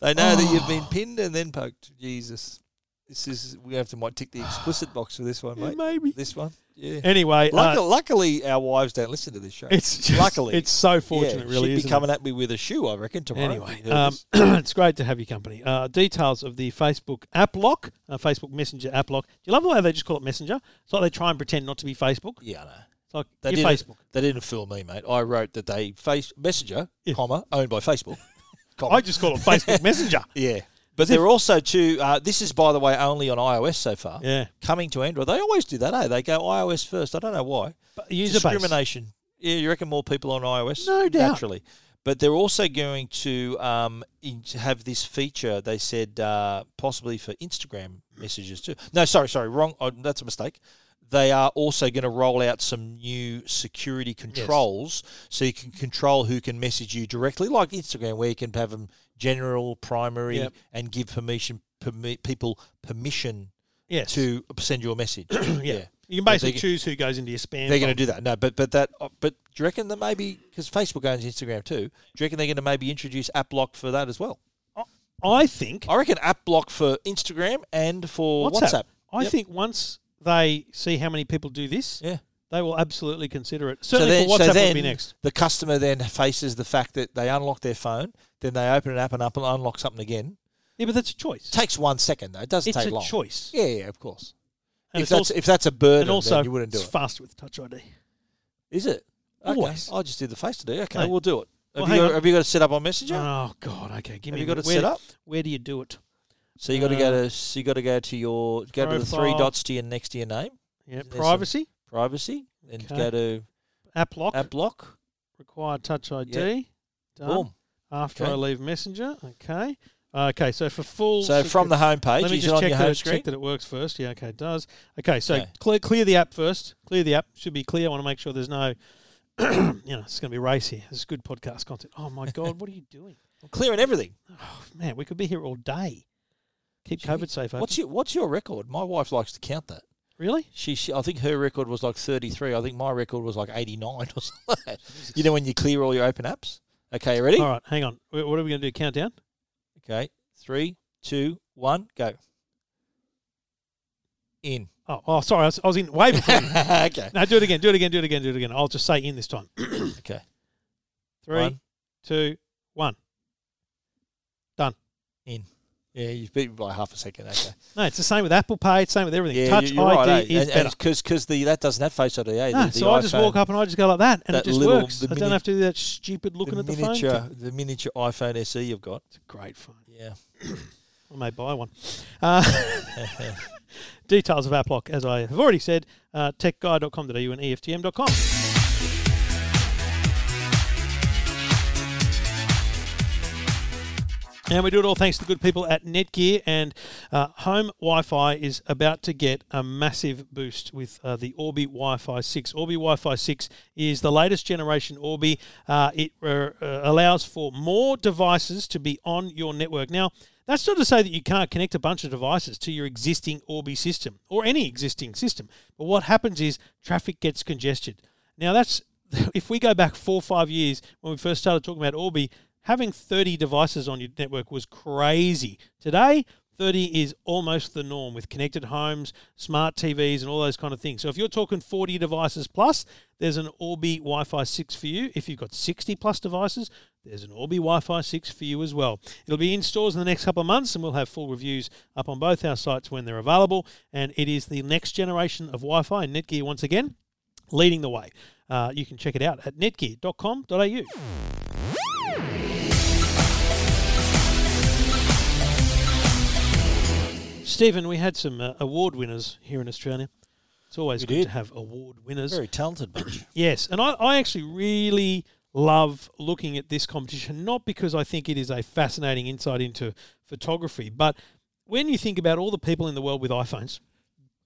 S2: They know that
S1: Oh.
S2: you've been pinned and then poked. Jesus, this is we have to might tick the explicit box for this one, mate.
S1: Maybe.
S2: This one, yeah.
S1: Anyway,
S2: Luckily,
S1: uh,
S2: luckily, our wives don't listen to this show.
S1: it's just,
S2: luckily.
S1: it's so
S2: Yeah,
S1: fortunate, really.
S2: She'd
S1: Isn't
S2: be
S1: it?
S2: coming at me with a shoe, I reckon, tomorrow.
S1: Anyway,
S2: If you heard
S1: um,
S2: this.
S1: it's great to have your company. Uh, details of the Facebook app lock, uh, Facebook Messenger app lock. Do you love the way they just call it Messenger? It's like they try and pretend not to be Facebook.
S2: yeah, I know.
S1: It's like
S2: They
S1: your
S2: didn't-
S1: Facebook.
S2: They didn't fool me, mate. I wrote that they face Messenger,
S1: Yeah.
S2: comma, owned by Facebook. comma.
S1: I just call it Facebook Messenger.
S2: yeah. But they're also too. Uh, this is, by the way, only on iOS so far.
S1: Yeah.
S2: Coming to Android, they always do that. eh? they go iOS first. I don't know why.
S1: But user base.
S2: discrimination. Yeah, you reckon more people on iOS?
S1: No doubt.
S2: Naturally. But they're also going to um, in- to have this feature, they said, uh, possibly for Instagram messages too. No, sorry, sorry, wrong. Oh, that's a mistake. They are also going to roll out some new security controls so you can control who can message you directly, like Instagram, where you can have them general, primary,
S1: Yep.
S2: and give permission permi- people permission
S1: Yes.
S2: to send you a message.
S1: yeah. You can basically
S2: They're-
S1: choose who goes into your spam.
S2: they're going
S1: folder.
S2: to do that. No, but but that uh, but do you reckon that maybe because Facebook owns Instagram too? Do you reckon they're going to maybe introduce app block for that as well?
S1: I think
S2: I reckon app block for Instagram and for Oh, WhatsApp.
S1: WhatsApp. I
S2: Yep.
S1: think once they see how many people do this,
S2: Yeah.
S1: they will absolutely consider it. Certainly for WhatsApp would be next.
S2: the customer then faces the fact that they unlock their phone, then they open an app and up and unlock something again.
S1: Yeah, but that's a choice.
S2: takes one second though. It doesn't
S1: it's
S2: take
S1: a
S2: long.
S1: choice.
S2: Yeah, yeah, of course.
S1: And
S2: if
S1: it's
S2: that's
S1: also,
S2: if that's a burden,
S1: and also
S2: then you wouldn't do
S1: it's
S2: it.
S1: fast with Touch ID.
S2: Is it? Okay.
S1: Always.
S2: I just did the face today. Okay,
S1: Mate.
S2: we'll do it. Have,
S1: Well,
S2: you
S1: hang
S2: got,
S1: on.
S2: have you got it set up on Messenger?
S1: Oh God, okay. Give
S2: have
S1: me.
S2: you got
S1: a minute.
S2: it set
S1: where,
S2: up?
S1: Where do you do it?
S2: So you got to go
S1: Uh,
S2: to so you got to go to your go to the three
S1: Profile.
S2: dots to your next to your name,
S1: Yeah,
S2: There's some-
S1: privacy,
S2: privacy, and
S1: Okay.
S2: go to
S1: app lock,
S2: app lock.
S1: required Touch ID. Done.
S2: Boom.
S1: After
S2: Okay.
S1: I leave Messenger, okay. Uh, Okay, so for full.
S2: So from the home page,
S1: Let me
S2: is it
S1: just
S2: on
S1: check
S2: your
S1: that,
S2: home
S1: it,
S2: screen?
S1: check that it works first. Yeah, okay, it does. Okay, so
S2: Okay.
S1: clear clear the app first. Clear the app. Should be clear. I want to make sure there's no, you know, it's going to be race here. This is good podcast content. Oh, my God, what are you doing?
S2: I'm clearing everything.
S1: Oh, man, we could be here all day. Keep COVID safe. Open.
S2: What's your What's your record? My wife likes to count that.
S1: Really?
S2: She, she I think her record was like 33. I think my record was like 89 or something. Like that. You know when you clear all your open apps. Okay, you ready?
S1: All right, hang on. Wh- What are we going to do? Countdown?
S2: Okay, three, two, one, go. In.
S1: Oh, oh sorry. I was, I was in way before. you.
S2: okay.
S1: no, do it again. Do it again. Do it again. Do it again. I'll just say in this time.
S2: Okay.
S1: Three,
S2: One.
S1: two, one.
S2: Yeah, you've beat me by half a second. Okay.
S1: No, it's the same with Apple Pay. It's the same with everything.
S2: Yeah,
S1: Touch
S2: you- you're
S1: ID
S2: right, eh?
S1: is
S2: and,
S1: better.
S2: Because the that doesn't have Face ID. Eh?
S1: No,
S2: the, the
S1: so I just
S2: iPhone-
S1: walk up and I just go like that, and
S2: that
S1: it just
S2: little-
S1: works.
S2: the
S1: I don't
S2: mini-
S1: have to do that stupid looking at the phone.
S2: miniature,
S1: thing.
S2: The miniature iPhone SE you've got.
S1: It's a great phone.
S2: Yeah.
S1: I may buy one. Uh, details of AppLock, as I have already said, uh, techguide.com.au and E EFTM.com. And we do it all thanks to the good people at Netgear. And uh, home Wi Fi is about to get a massive boost with uh, the Orbi Wi Fi 6. Orbi Wi Fi 6 is the latest generation Orbi. Uh, it uh, uh, allows for more devices to be on your network. Now, that's not to say that you can't connect a bunch of devices to your existing Orbi system or any existing system. But what happens is traffic gets congested. Now, that's if we go back four or five years when we first started talking about Orbi, having 30 devices on your network was crazy. Today, 30 is almost the norm with connected homes, smart TVs, and all those kind of things. So if you're talking 40 devices plus, there's an Orbi Wi Fi 6 for you. If you've got 60 plus devices, there's an Orbi Wi Fi 6 for you as well. It'll be in stores in the next couple of months, and we'll have full reviews up on both our sites when they're available. And it is the next generation of Wi Fi, and Netgear once again leading the way. Uh, you can check it out at netgear.com.au. Stephen, we had some uh, award winners here in Australia. It's always
S2: We
S1: good
S2: did.
S1: to have award winners.
S2: Very talented bunch.
S1: Yes, and I, I actually really love looking at this competition, not because I think it is a fascinating insight into photography, but when you think about all the people in the world with iPhones,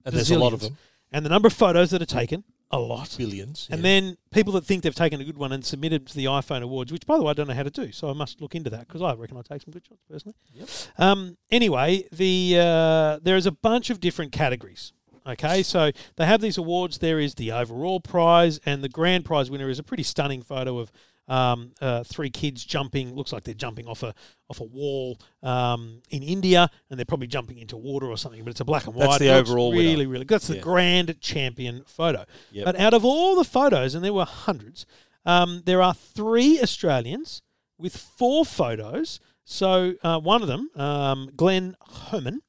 S2: And there's a lot of
S1: bazillions,
S2: them.
S1: and the number of photos that are taken, a lot.
S2: Billions.
S1: And
S2: yeah.
S1: then people that think they've taken a good one and submitted to the iPhone Awards, which by the way I don't know how to do, so I must look into that because I reckon I take some good shots personally.
S2: Yep.
S1: Um, anyway, the uh, there is a bunch of different categories. Okay, so they have these awards. There is the overall prize, and the grand prize winner is a pretty stunning photo of um, uh, three kids jumping. Looks like they're jumping off a off a wall um, in India, and they're probably jumping into water or something. But it's a black and
S2: That's
S1: white.
S2: the
S1: It looks
S2: overall winner.
S1: really, really. That's the
S2: Yeah.
S1: grand champion photo.
S2: Yep.
S1: But out of all the photos, and there were hundreds, um, there are three Australians with four photos. So uh, one of them, um, Glenn Herman,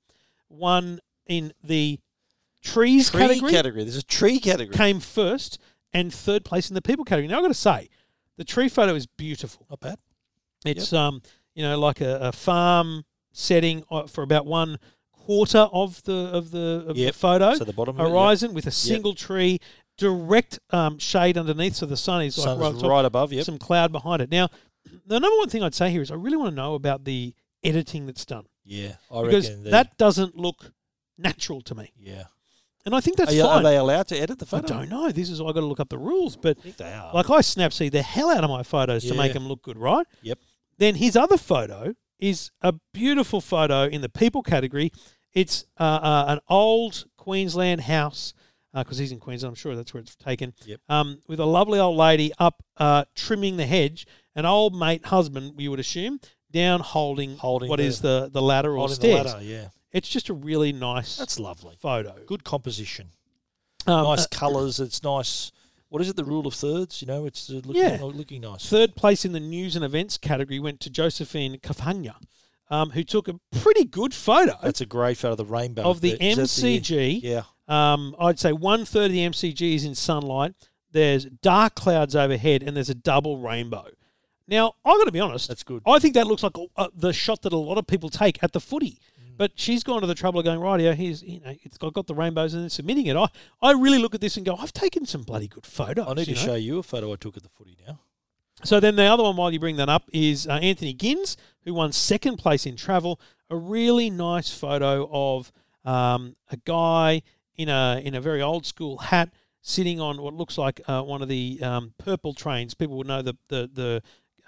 S1: won in the trees
S2: tree
S1: category,
S2: category. There's a tree category.
S1: came first, and third place in the people category. Now I've got to say,
S2: Oh,
S1: the tree photo is beautiful.
S2: Not bad.
S1: It's um, you know, like a, a farm setting uh, for about one quarter of the of the, of
S2: Yep.
S1: the photo
S2: So the bottom of it, yeah.
S1: horizon with a single tree, direct um, shade underneath, so the sun is like
S2: sun's
S1: right,
S2: right,
S1: on top,
S2: above. Yep.
S1: some cloud behind it. Now, the number one thing I'd say here is I really want to know about the editing that's done
S2: yeah, I
S1: because
S2: reckon they-
S1: that doesn't look natural to me,
S2: Yeah,
S1: and I think that's
S2: are, you- are
S1: fine.
S2: they allowed to edit the
S1: I
S2: photo?
S1: don't know. This is I got to look up the rules, but
S2: think they are.
S1: like I snapseed the hell out of my photos to make
S2: Yeah.
S1: them look good, right?
S2: Yep.
S1: Then his other photo is a beautiful photo in the people category. It's uh, uh, an old Queensland house because he's in Queensland. I'm sure that's where it's taken.
S2: Yep.
S1: Um, with a lovely old lady up uh, trimming the hedge, an old mate husband you would assume down holding
S2: Holding
S1: what
S2: the-
S1: is the the ladder or
S2: Holding the
S1: stairs.
S2: ladder, yeah,
S1: It's just a really nice
S2: that's lovely.
S1: photo.
S2: Good composition,
S1: Um,
S2: nice
S1: uh,
S2: colours. It's nice. What is it? The rule of thirds. You know, it's uh, looking,
S1: Yeah.
S2: oh, looking nice.
S1: Third place in the news and events category went to Josephine Cafagna, um, who took a pretty good photo
S2: That's a great photo. The rainbow
S1: of the
S2: there. Is that
S1: MCG.
S2: yeah,
S1: Um, I'd say one third of the MCG is in sunlight. There's dark clouds overhead, and there's a double rainbow. Now, I've got to be honest.
S2: that's good.
S1: I think that looks like uh, the shot that a lot of people take at the footy.
S2: Mm.
S1: But she's gone to the trouble of going, right, yeah, here's, you know, it's got, got the rainbows and then submitting it. I, I really look at this and go, I've taken some bloody good photos.
S2: I need
S1: you
S2: to
S1: know?
S2: show you a photo I took at the footy now.
S1: So then the other one, while you bring that up, is uh, Anthony Gins, who won second place in travel. A really nice photo of um, a guy in a in a very old school hat sitting on what looks like uh, one of the um, purple trains. People would know the the the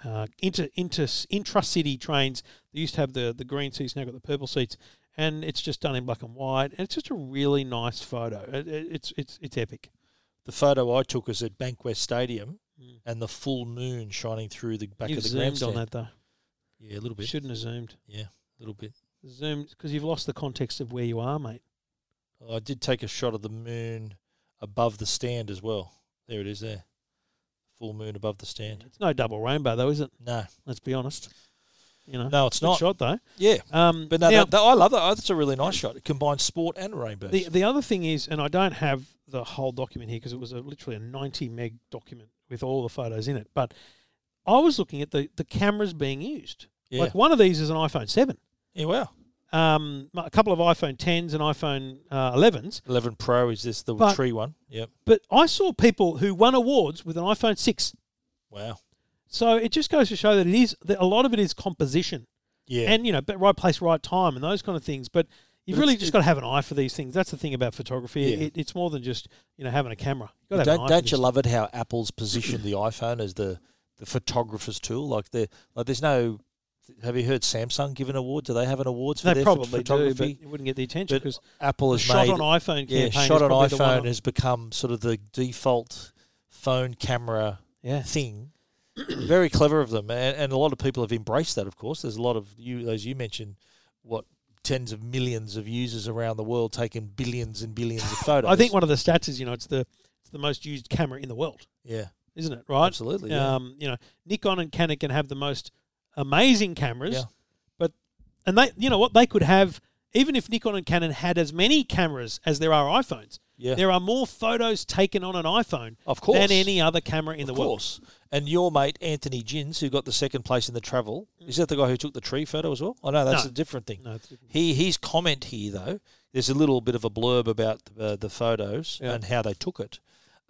S1: uh, inter, inter intracity trains. They used to have the the green seats, now got the purple seats, and it's just done in black and white. And it's just a really nice photo. It, it- it's it's it's epic.
S2: The photo I took was at Bankwest Stadium and the full moon shining through the back
S1: Hmm. You've
S2: of the
S1: zoomed on
S2: grandstand.
S1: that though.
S2: Yeah, a little bit.
S1: Shouldn't have zoomed.
S2: Yeah, a little bit.
S1: zoomed because you've lost the context of where you are, mate.
S2: I did take a shot of the moon above the stand as well. There it is there. Full moon above the stand.
S1: It's no double rainbow though, is it?
S2: No,
S1: Let's be honest. You know,
S2: no, it's
S1: good
S2: not.
S1: shot though.
S2: Yeah,
S1: Um,
S2: but no,
S1: now,
S2: that, that- I love that. Oh, That's a really nice shot. It combines sport and rainbows.
S1: the the other thing is, and I don't have the whole document here because it was a, literally a ninety meg document with all the photos in it. But I was looking at the the cameras being used.
S2: yeah.
S1: Like one of these is an iPhone seven.
S2: yeah, wow.
S1: Um, a couple of iPhone 10s and iPhone uh, 11s,
S2: 11 Pro is this, the
S1: But-
S2: tree one. Yep.
S1: but I saw people who won awards with an iPhone 6.
S2: Wow.
S1: So it just goes to show that it is that a lot of it is composition.
S2: Yeah.
S1: and you know, but right place, right time, and those kind of things. But you've
S2: But
S1: really
S2: it's-
S1: just got to have an eye for these things. That's the thing about photography.
S2: Yeah.
S1: It, it's more than just you know having a camera. You got to have
S2: don't
S1: an eye for
S2: don't you
S1: this.
S2: love it how Apple's positioned the iPhone as the, the photographer's tool? Like they like there's no. Have you heard Samsung give an award? Do they have an awards for
S1: They
S2: their pho-
S1: probably do, but
S2: photography?
S1: it wouldn't get the attention
S2: But
S1: because
S2: Apple has
S1: shot
S2: made
S1: on iPhone
S2: yeah,
S1: campaign. is
S2: shot on
S1: probably the one
S2: iPhone has become sort of the default phone camera
S1: Yeah.
S2: thing. Very clever of them, and, and a lot of people have embraced that. Of course, there's a lot of you, as you mentioned, what tens of millions of users around the world taking billions and billions of photos.
S1: I think one of the stats is you know it's the it's the most used camera in the world,
S2: yeah,
S1: isn't it? Right.
S2: absolutely. Yeah.
S1: Um, you know, Nikon and Canon can have the most amazing cameras,
S2: Yeah.
S1: but and they, you know what, they could have even if Nikon and Canon had as many cameras as there are iPhones.
S2: Yeah.
S1: there are more photos taken on an iPhone
S2: Of course.
S1: than any other camera in the
S2: of
S1: world.
S2: course. And your mate Anthony Jins, who got the second place in the travel, is that the guy who took the tree photo as well? I know that's
S1: Mm. No.
S2: a different thing.
S1: No, it's different.
S2: He his comment here though, there's a little bit of a blurb about the, uh, the photos
S1: Yeah.
S2: and how they took it.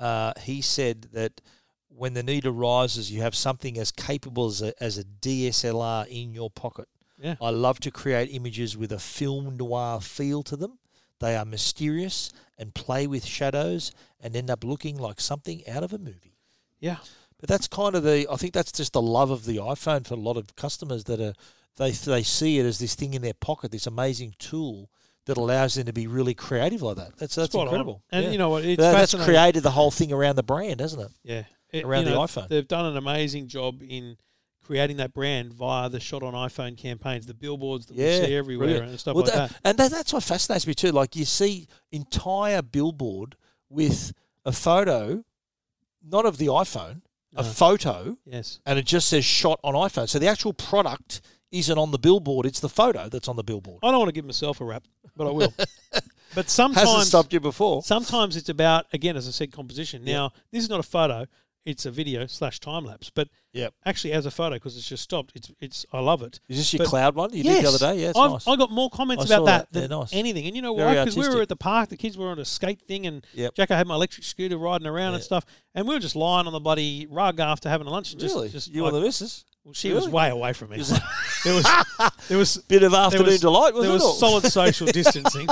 S2: Uh, he said that when the need arises, you have something as capable as a, as a DSLR in your pocket.
S1: Yeah.
S2: I love to create images with a film noir feel to them. They are mysterious and play with shadows and end up looking like something out of a movie.
S1: yeah,
S2: But that's kind of the. I think that's just the love of the iPhone for a lot of customers that are they they see it as this thing in their pocket, this amazing tool that allows them to be really creative like that. That's that's
S1: Spot on.
S2: incredible.
S1: And
S2: Yeah.
S1: you know what? It's
S2: That- that's
S1: fascinating.
S2: created the whole thing around the brand, hasn't it?
S1: yeah, It-
S2: Around
S1: you
S2: the
S1: know,
S2: iPhone.
S1: they've done an amazing job in creating that brand via the shot on iPhone campaigns, the billboards that we see everywhere
S2: brilliant.
S1: and stuff
S2: Well,
S1: like
S2: tha-
S1: that.
S2: And that, that's what fascinates me too. Like you see entire billboard with a photo, not of the iPhone, a
S1: No.
S2: photo,
S1: Yes,
S2: and it just says shot on iPhone. So the actual product isn't on the billboard; it's the photo that's on the billboard.
S1: I don't want to give myself a rap, but I will. but
S2: Hasn't
S1: sometimes
S2: stopped you before.
S1: Sometimes it's about, again, as I said, composition. Now, this is not a photo. it's a video slash time lapse, but
S2: Yep.
S1: actually as a photo because it's just stopped. It's it's I love it.
S2: Is this your
S1: But-
S2: cloud one you did the
S1: Yes.
S2: other day? Yeah, it's
S1: I've,
S2: nice.
S1: I got more comments
S2: I saw
S1: about that,
S2: that.
S1: than
S2: They're nice.
S1: anything, and you know
S2: Very
S1: why? Because we were
S2: artistic.
S1: at the park, the kids were on a skate thing, and
S2: Yep.
S1: Jacko had my electric scooter riding around and
S2: Yeah.
S1: stuff, and we were just lying on the bloody rug after having lunch. And just,
S2: really?
S1: just
S2: you
S1: like-
S2: and the missus?
S1: well, she was
S2: really?
S1: way away from me. it was it was
S2: Bit of afternoon
S1: was-
S2: delight, wasn't
S1: there
S2: it?
S1: was
S2: all?
S1: solid social distancing,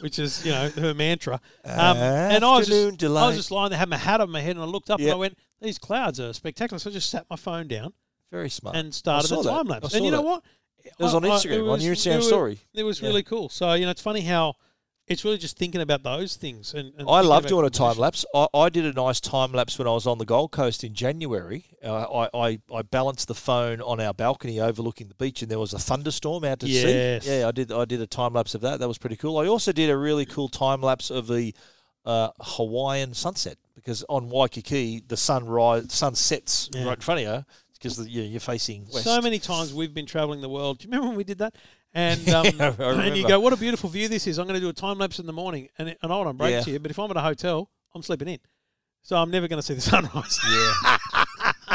S1: which is you know her mantra. Um, and I was
S2: Afternoon
S1: just I
S2: delight.
S1: was just lying there, had my hat on my head, and I looked up and
S2: Yep.
S1: I went, "These clouds are spectacular." So I just sat my phone down
S2: Very smart.
S1: and started
S2: saw
S1: the
S2: that.
S1: time
S2: I
S1: lapse.
S2: saw
S1: And you know
S2: that.
S1: what?
S2: it was on Instagram, on your Instagram story.
S1: It was
S2: Yeah.
S1: really cool. So you know, it's funny how it's really just thinking about those things. And, and
S2: I
S1: thinking
S2: love
S1: about
S2: doing a time
S1: composition.
S2: lapse. I, I did a nice time lapse when I was on the Gold Coast in January. Uh, I, I, I balanced the phone on our balcony overlooking the beach, and there was a thunderstorm out to
S1: Yes.
S2: sea. Yeah, I did. I did a time lapse of that. That was pretty cool. I also did a really cool time lapse of the uh, Hawaiian sunset because on Waikiki the sun rise, sun sets
S1: Yeah.
S2: right in front of you because you know, you're facing west.
S1: So many times we've been traveling the world. Do you remember when we did that? And um,
S2: I
S1: and you
S2: remember.
S1: go, what a beautiful view this is. I'm going to do a time lapse in the morning, and it- and I want to break
S2: Yeah.
S1: to you, but if I'm at a hotel, I'm sleeping in, so I'm never going to see the sunrise.
S2: yeah.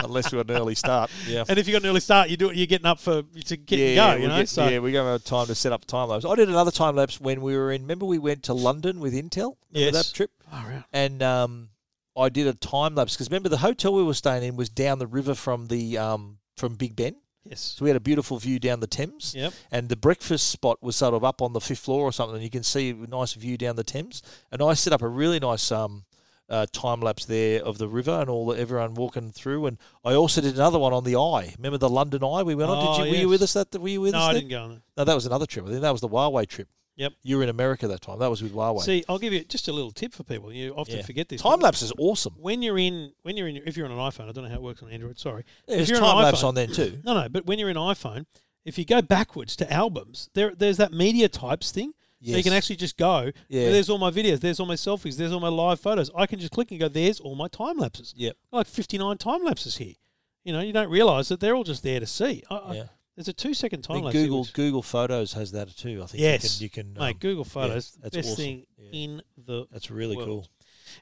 S2: Unless we had an early start. Yeah.
S1: and if you got an early start, you do it. You're getting up for to get
S2: yeah,
S1: and go.
S2: yeah,
S1: you
S2: we
S1: know,
S2: get-
S1: so
S2: yeah, we don't have time to set up time lapse. I did another time lapse when we were in. Remember, we went to London with Intel.
S1: Yes.
S2: Remember that trip,
S1: Far out.
S2: and um, I did a time lapse because remember the hotel we were staying in was down the river from the um, from Big Ben,
S1: yes,
S2: so we had a beautiful view down the Thames.
S1: yep,
S2: And the breakfast spot was sort of up on the fifth floor or something, and you can see a nice view down the Thames. And I set up a really nice um, uh, time lapse there of the river and all the, everyone walking through. And I also did another one on the Eye. Remember the London Eye we went on?
S1: Oh,
S2: Did you were you
S1: yes.
S2: with us that? Were you with
S1: no,
S2: us?
S1: I
S2: then?
S1: didn't go on.
S2: No, that was another trip. I think that was the Huawei trip.
S1: Yep.
S2: You were in America that time. That was with Huawei.
S1: See, I'll give you just a little tip for people. You often
S2: Yeah.
S1: forget this.
S2: time lapse is awesome.
S1: when you're in when you're in if you're on an iPhone, I don't know how it works on Android. Sorry,
S2: There's
S1: if you're
S2: time
S1: an
S2: lapse
S1: iPhone,
S2: on then too.
S1: no, no, but when you're in iPhone, if you go backwards to albums, there there's that media types thing. So you
S2: Yes.
S1: can actually just go.
S2: Yeah.
S1: There's all my videos. There's all my selfies. There's all my live photos. I can just click and go. There's all my time lapses.
S2: Yep.
S1: Like 59 time lapses here. You know, you don't realize that they're all just there to see. I, I-
S2: Yeah.
S1: there's a two second
S2: I
S1: time
S2: think
S1: lapse. here,
S2: Google
S1: which-
S2: Google Photos has that too. I think
S1: Yes.
S2: you can. You can um,
S1: mate, Google Photos,
S2: that's
S1: best
S2: awesome.
S1: thing
S2: Yeah.
S1: in the
S2: that's really
S1: Well,
S2: cool.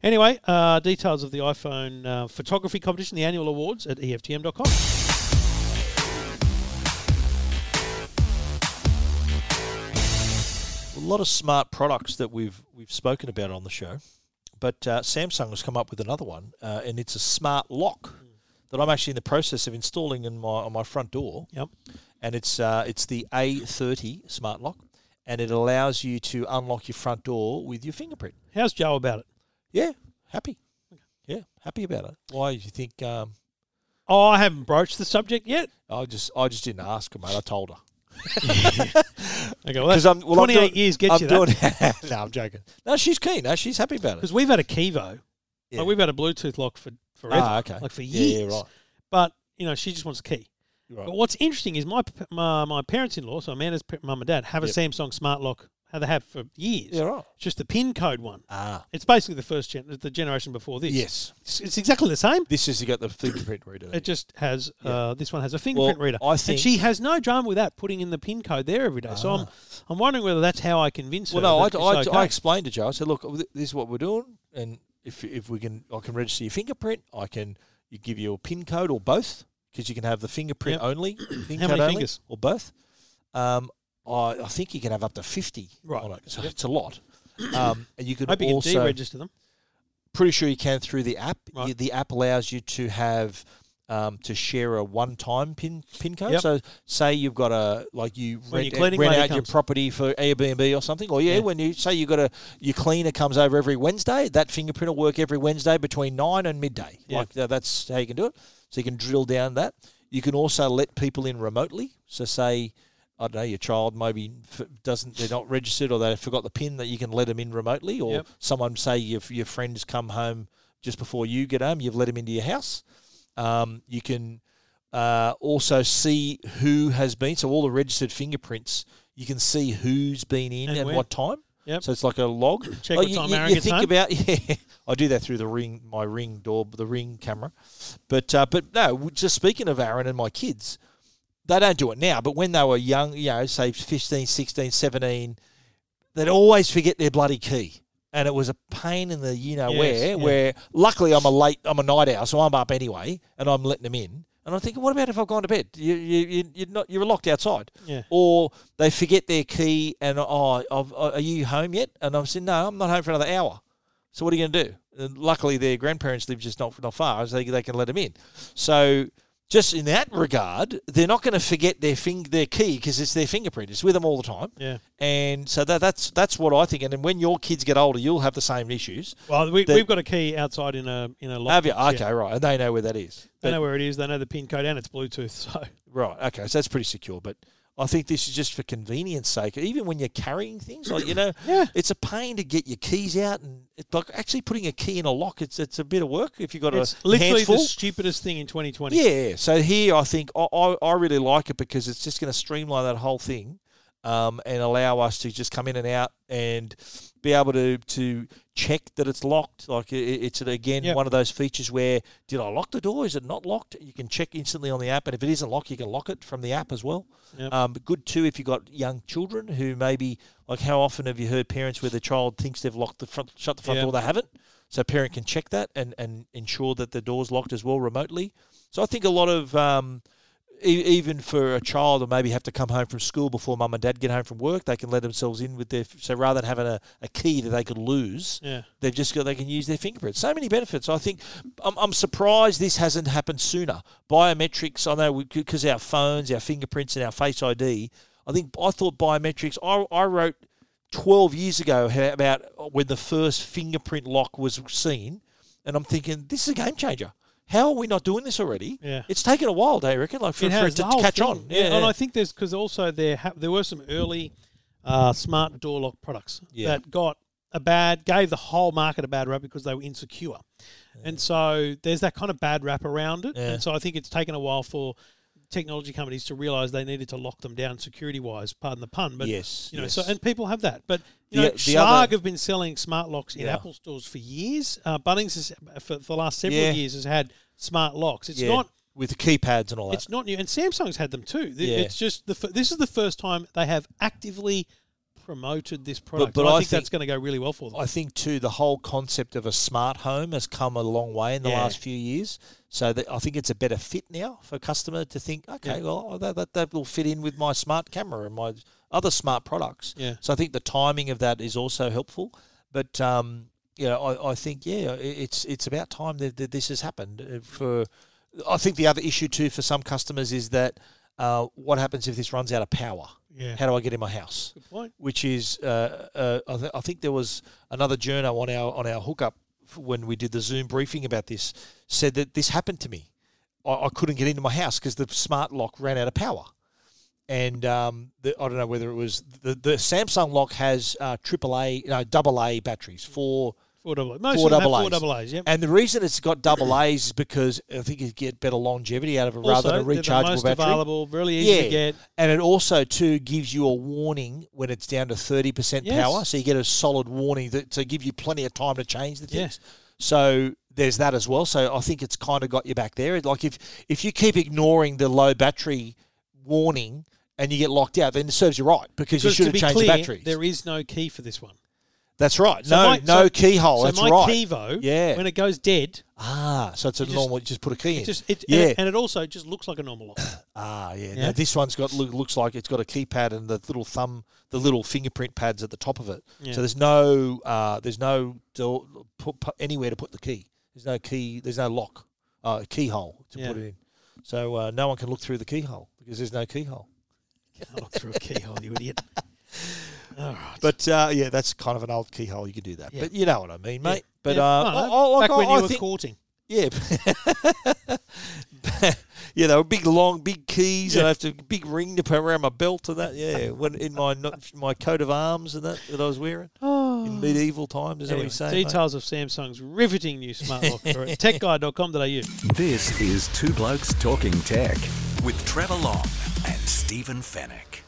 S1: Anyway, uh, details of the iPhone uh, photography competition, the annual awards at E EFTM.com.
S2: A lot of smart products that we've we've spoken about on the show, but uh, Samsung has come up with another one, uh, and it's a smart lock that I'm actually in the process of installing in my on my front door.
S1: Yep.
S2: and it's uh, it's the A30 smart lock, and it allows you to unlock your front door with your fingerprint.
S1: How's Joe about it?
S2: Yeah, happy. Yeah, happy about it. Why do you think? Um,
S1: Oh, I haven't broached the subject yet.
S2: I just I just didn't ask her, mate. I told her
S1: Okay, well, that's,
S2: I'm well, I'm
S1: 28
S2: doing-
S1: years gets
S2: I'm
S1: you that.
S2: doing- no, I'm joking. No, she's keen. No, she's happy about it.
S1: Because we've had a Kivo.
S2: Yeah.
S1: Like we've had a Bluetooth lock for forever,
S2: Ah, okay.
S1: like for
S2: Yeah, yeah,
S1: years.
S2: right.
S1: But, you know, she just wants a key.
S2: Right.
S1: But what's interesting is my p- my, my parents-in-law, so Amanda's p- mum and dad, have
S2: Yep.
S1: a Samsung smart lock, how they have for years.
S2: Yeah, right.
S1: It's just the pin code one.
S2: Ah,
S1: It's basically the first gen, the generation before this.
S2: yes.
S1: It's, it's exactly the same.
S2: This is you got the fingerprint reader.
S1: It just has uh, this one has a fingerprint
S2: Well,
S1: reader.
S2: I think-
S1: and she has no drama with that putting in the pin code there every day. So I'm I'm wondering whether that's how I convince
S2: Ah. Well,
S1: her.
S2: no, I,
S1: that
S2: I,
S1: it's
S2: I
S1: okay.
S2: explained to Joe. I said, look, th- this is what we're doing, and if if we can, I can register your fingerprint. I can you give you a pin code or both because you can have the fingerprint
S1: Yep.
S2: only, pin
S1: How
S2: code
S1: many
S2: only,
S1: fingers?
S2: or both. Um, I, I think you can have up to fifty
S1: Right.
S2: on it, so it's a lot. Um, and you can
S1: hope you can
S2: also
S1: deregister them.
S2: pretty sure you can through the app.
S1: Right.
S2: You- the app allows you to have um, to share a one-time pin pin code.
S1: Yep.
S2: So say you've got a like you
S1: When
S2: rent,
S1: your cleaning
S2: rent
S1: lady
S2: out your
S1: comes.
S2: property for Airbnb or something, or yeah,
S1: Yeah.
S2: when you say you have got a your cleaner comes over every Wednesday, that fingerprint will work every Wednesday between nine and midday.
S1: Yeah.
S2: Like tha- that's how you can do it. So you can drill down that. You can also let people in remotely. So say. I don't know your child maybe f- doesn't they're not registered or they forgot the pin that you can let them in remotely or
S1: Yep.
S2: someone say your your friends come home just before you get home, you've let them into your house. Um, you can uh, also see who has been. So all the registered fingerprints, you can see who's been in
S1: And
S2: and,
S1: when.
S2: what time.
S1: Yep.
S2: So it's like a log.
S1: Check
S2: Like
S1: what
S2: you,
S1: time
S2: you-
S1: Aaron
S2: you
S1: gets
S2: think
S1: home.
S2: about yeah. I do that through the ring, my ring door, the ring camera. But uh, but no, w- just speaking of Aaron and my kids, they don't do it now. But when they were young, you know, say 15, 16, 17, they'd always forget their bloody key. and it was a pain in the you know
S1: Yes,
S2: where.
S1: yeah.
S2: Where luckily I'm a late, I'm a night owl, so I'm up anyway, and I'm letting them in. And I'm thinking, what about if I've gone to bed? You you you- you're not you're locked outside.
S1: Yeah.
S2: Or they forget their key and oh, I've, are you home yet? And I'm saying, no, I'm not home for another hour. So what are you going to do? And luckily, their grandparents live just not not far, so they, they can let them in. So just in that regard, they're not going to forget their fing- their key because it's their fingerprint. It's with them all the time.
S1: Yeah.
S2: And so that, that's that's what I think. And then when your kids get older, you'll have the same issues.
S1: Well, we,
S2: The-
S1: we've got a key outside in a in a lock.
S2: Have you?
S1: box,
S2: Okay,
S1: yeah.
S2: right. And they know where that is.
S1: They
S2: But-
S1: know where it is. They know the pin code, and it's Bluetooth. So
S2: Right. Okay. So that's pretty secure. But I think this is just for convenience sake. Even when you're carrying things, like you know,
S1: Yeah.
S2: it's a pain to get your keys out, and it's like actually putting a key in a lock. It's it's a bit of work if you've got
S1: it's
S2: a
S1: literally
S2: handful.
S1: the stupidest thing in 2020.
S2: Yeah. So here, I think I, I, I really like it because it's just going to streamline that whole thing, um, and allow us to just come in and out and be able to to check that it's locked. Like it, it's again
S1: Yep.
S2: one of those features where did I lock the door? Is it not locked? You can check instantly on the app, and if it isn't locked, you can lock it from the app as well.
S1: Yep.
S2: Um, but good too if you've got young children who maybe like how often have you heard parents where the child thinks they've locked the front, shut the front
S1: Yeah.
S2: door, they haven't. So a parent can check that and, and ensure that the door's locked as well remotely. So I think a lot of um, e- even for a child who maybe have to come home from school before mum and dad get home from work, they can let themselves in with their. So rather than having a, a key that they could lose,
S1: Yeah.
S2: they've just got they can use their fingerprints. So many benefits. I think I'm, I'm surprised this hasn't happened sooner. Biometrics, I know because our phones, our fingerprints, and our face ID. I think I thought biometrics. I, I wrote 12 years ago ha- about when the first fingerprint lock was seen, and I'm thinking this is a game changer. How are we not doing this already?
S1: Yeah.
S2: It's taken a while, do you reckon? Like for
S1: it
S2: for
S1: has
S2: it to
S1: the whole
S2: catch
S1: thing.
S2: on.
S1: Yeah, and I think there's because also there ha- there were some early uh, smart door lock products
S2: Yeah.
S1: that got a bad gave the whole market a bad rap because they were insecure, and so there's that kind of bad rap around it,
S2: Yeah.
S1: and so I think it's taken a while for technology companies to realize they needed to lock them down security wise. Pardon the pun, but
S2: Yes,
S1: you know,
S2: yes.
S1: so and people have that, but. You
S2: The-
S1: know,
S2: the
S1: Schlag
S2: other-
S1: have been selling smart locks in
S2: Yeah.
S1: Apple stores for years. Uh, Bunnings has, for, for the last several
S2: Yeah.
S1: years has had smart locks. It's
S2: Yeah,
S1: not
S2: with the keypads and all that.
S1: it's not new, and Samsung's had them too. Th-
S2: Yeah.
S1: It's just the f- this is the first time they have actively promoted this product.
S2: but
S1: and I,
S2: I
S1: think,
S2: think-
S1: that's going to go really well for them.
S2: I think too the whole concept of a smart home has come a long way in the
S1: Yeah.
S2: last few years. So that I think it's a better fit now for a customer to think, okay, well oh, that, that that will fit in with my smart camera and my other smart products.
S1: Yeah.
S2: So I think the timing of that is also helpful. But um, yeah, I, I think yeah, i- it's it's about time that, that this has happened. uh, For I think the other issue too for some customers is that uh, what happens if this runs out of power?
S1: Yeah.
S2: How do I get in my house?
S1: Good point.
S2: which is uh, uh, I, th- I think there was another journo on our on our hookup f- when we did the Zoom briefing about this said that this happened to me. I, I couldn't get into my house because the smart lock ran out of power, and um, the, I don't know whether it was the, the Samsung lock has uh, AAA no double A batteries four.
S1: Four double A's. Most
S2: Four
S1: of them have
S2: double
S1: four
S2: A's.
S1: double A's. Yep.
S2: And the reason it's got double A's is because I think you get better longevity out of it
S1: also,
S2: rather than a
S1: they're
S2: rechargeable
S1: the most
S2: battery.
S1: available, really easy to get.
S2: And it also too gives you a warning when it's down to thirty percent
S1: Yes.
S2: power, so you get a solid warning that to give you plenty of time to change the
S1: Yeah.
S2: things. So there's that as well. So I think it's kind of got you back there. Like if if you keep ignoring the low battery warning and you get locked out, then it serves you right because you
S1: Because
S2: should
S1: to
S2: have
S1: be
S2: changed
S1: clear,
S2: the batteries.
S1: there is no key for this one.
S2: That's right.
S1: So
S2: no
S1: my-
S2: no
S1: so-
S2: keyhole.
S1: so
S2: Oh, That's
S1: my
S2: right.
S1: Kivo,
S2: Yeah.
S1: when it goes dead,
S2: ah, so it's a
S1: just-
S2: normal. just put a key in.
S1: it just it,
S2: yeah.
S1: and, it, and it also just looks like a normal lock.
S2: Ah, yeah.
S1: Yeah.
S2: Now this one's got loo- looks like it's got a keypad and the little thumb, the little fingerprint pads at the top of it.
S1: Yeah.
S2: So there's no, uh, there's no door, put, put anywhere to put the key. There's no key. There's no lock, uh, keyhole to
S1: Yeah.
S2: put it in. So uh, no one can look through the keyhole because there's no keyhole.
S1: Can't look through a keyhole, you idiot. All right.
S2: But uh, yeah, that's kind of an old keyhole. You could do that.
S1: Yeah.
S2: But you know what I mean,
S1: Yeah.
S2: mate. But
S1: Yeah.
S2: uh,
S1: No, no,
S2: I- I- like,
S1: back when
S2: I- I
S1: you were
S2: think-
S1: courting.
S2: Yeah. yeah, they were big, long, big keys. and I have to big ring to put around my belt and that. Yeah, when in my not- my coat of arms and that that I was wearing in medieval times. Is that what
S1: Anyway,
S2: you're saying? mate?
S1: details of Samsung's riveting new smart lock are at techguide.com.au.
S3: This is Two Blokes Talking Tech with Trevor Long and Stephen Fennec.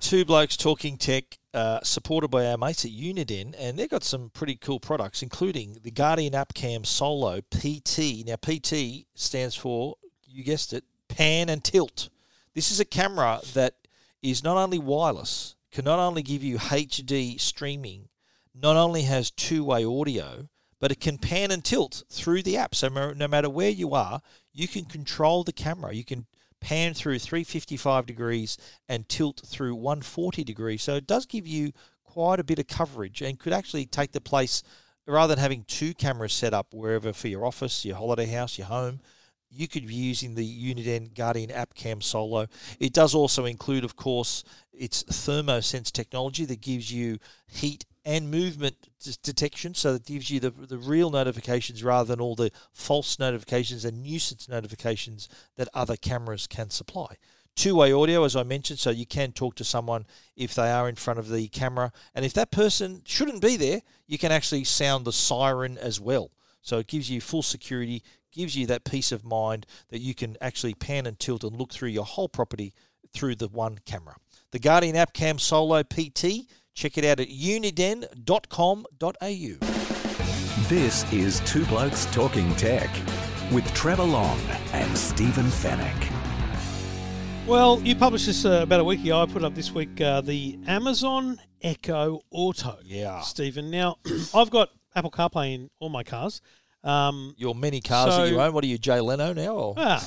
S2: Two blokes talking tech, uh, supported by our mates at Uniden, and they've got some pretty cool products, including the Guardian AppCam Solo PT. Now, PT stands for, you guessed it, pan and tilt. This is a camera that is not only wireless, can not only give you HD streaming, not only has two way audio, but it can pan and tilt through the app. So no no matter where you are, you can control the camera. You can pan through 355 degrees and tilt through 140 degrees. So it does give you quite a bit of coverage and could actually take the place rather than having two cameras set up wherever for your office, your holiday house, your home. You could be using the Uniden Guardian App Cam Solo. It does also include, of course, its ThermoSense technology that gives you heat and movement d- detection, so it gives you the, the real notifications rather than all the false notifications and nuisance notifications that other cameras can supply. Two way audio, as I mentioned, so you can talk to someone if they are in front of the camera. And if that person shouldn't be there, you can actually sound the siren as well. So it gives you full security, gives you that peace of mind that you can actually pan and tilt and look through your whole property through the one camera. The Guardian App Cam Solo PT, check it out at uniden.com.au.
S3: This is Two Blokes Talking Tech with Trevor Long and Stephen Fennec.
S1: Well, you published this uh, about a week ago. I put it up this week uh, the Amazon Echo Auto.
S2: Yeah.
S1: Stephen. Now, I've got Apple CarPlay in all my cars. Um,
S2: Your many cars that you
S1: So- Ah,
S2: own, what are you, Jay Leno now? Or?
S1: well,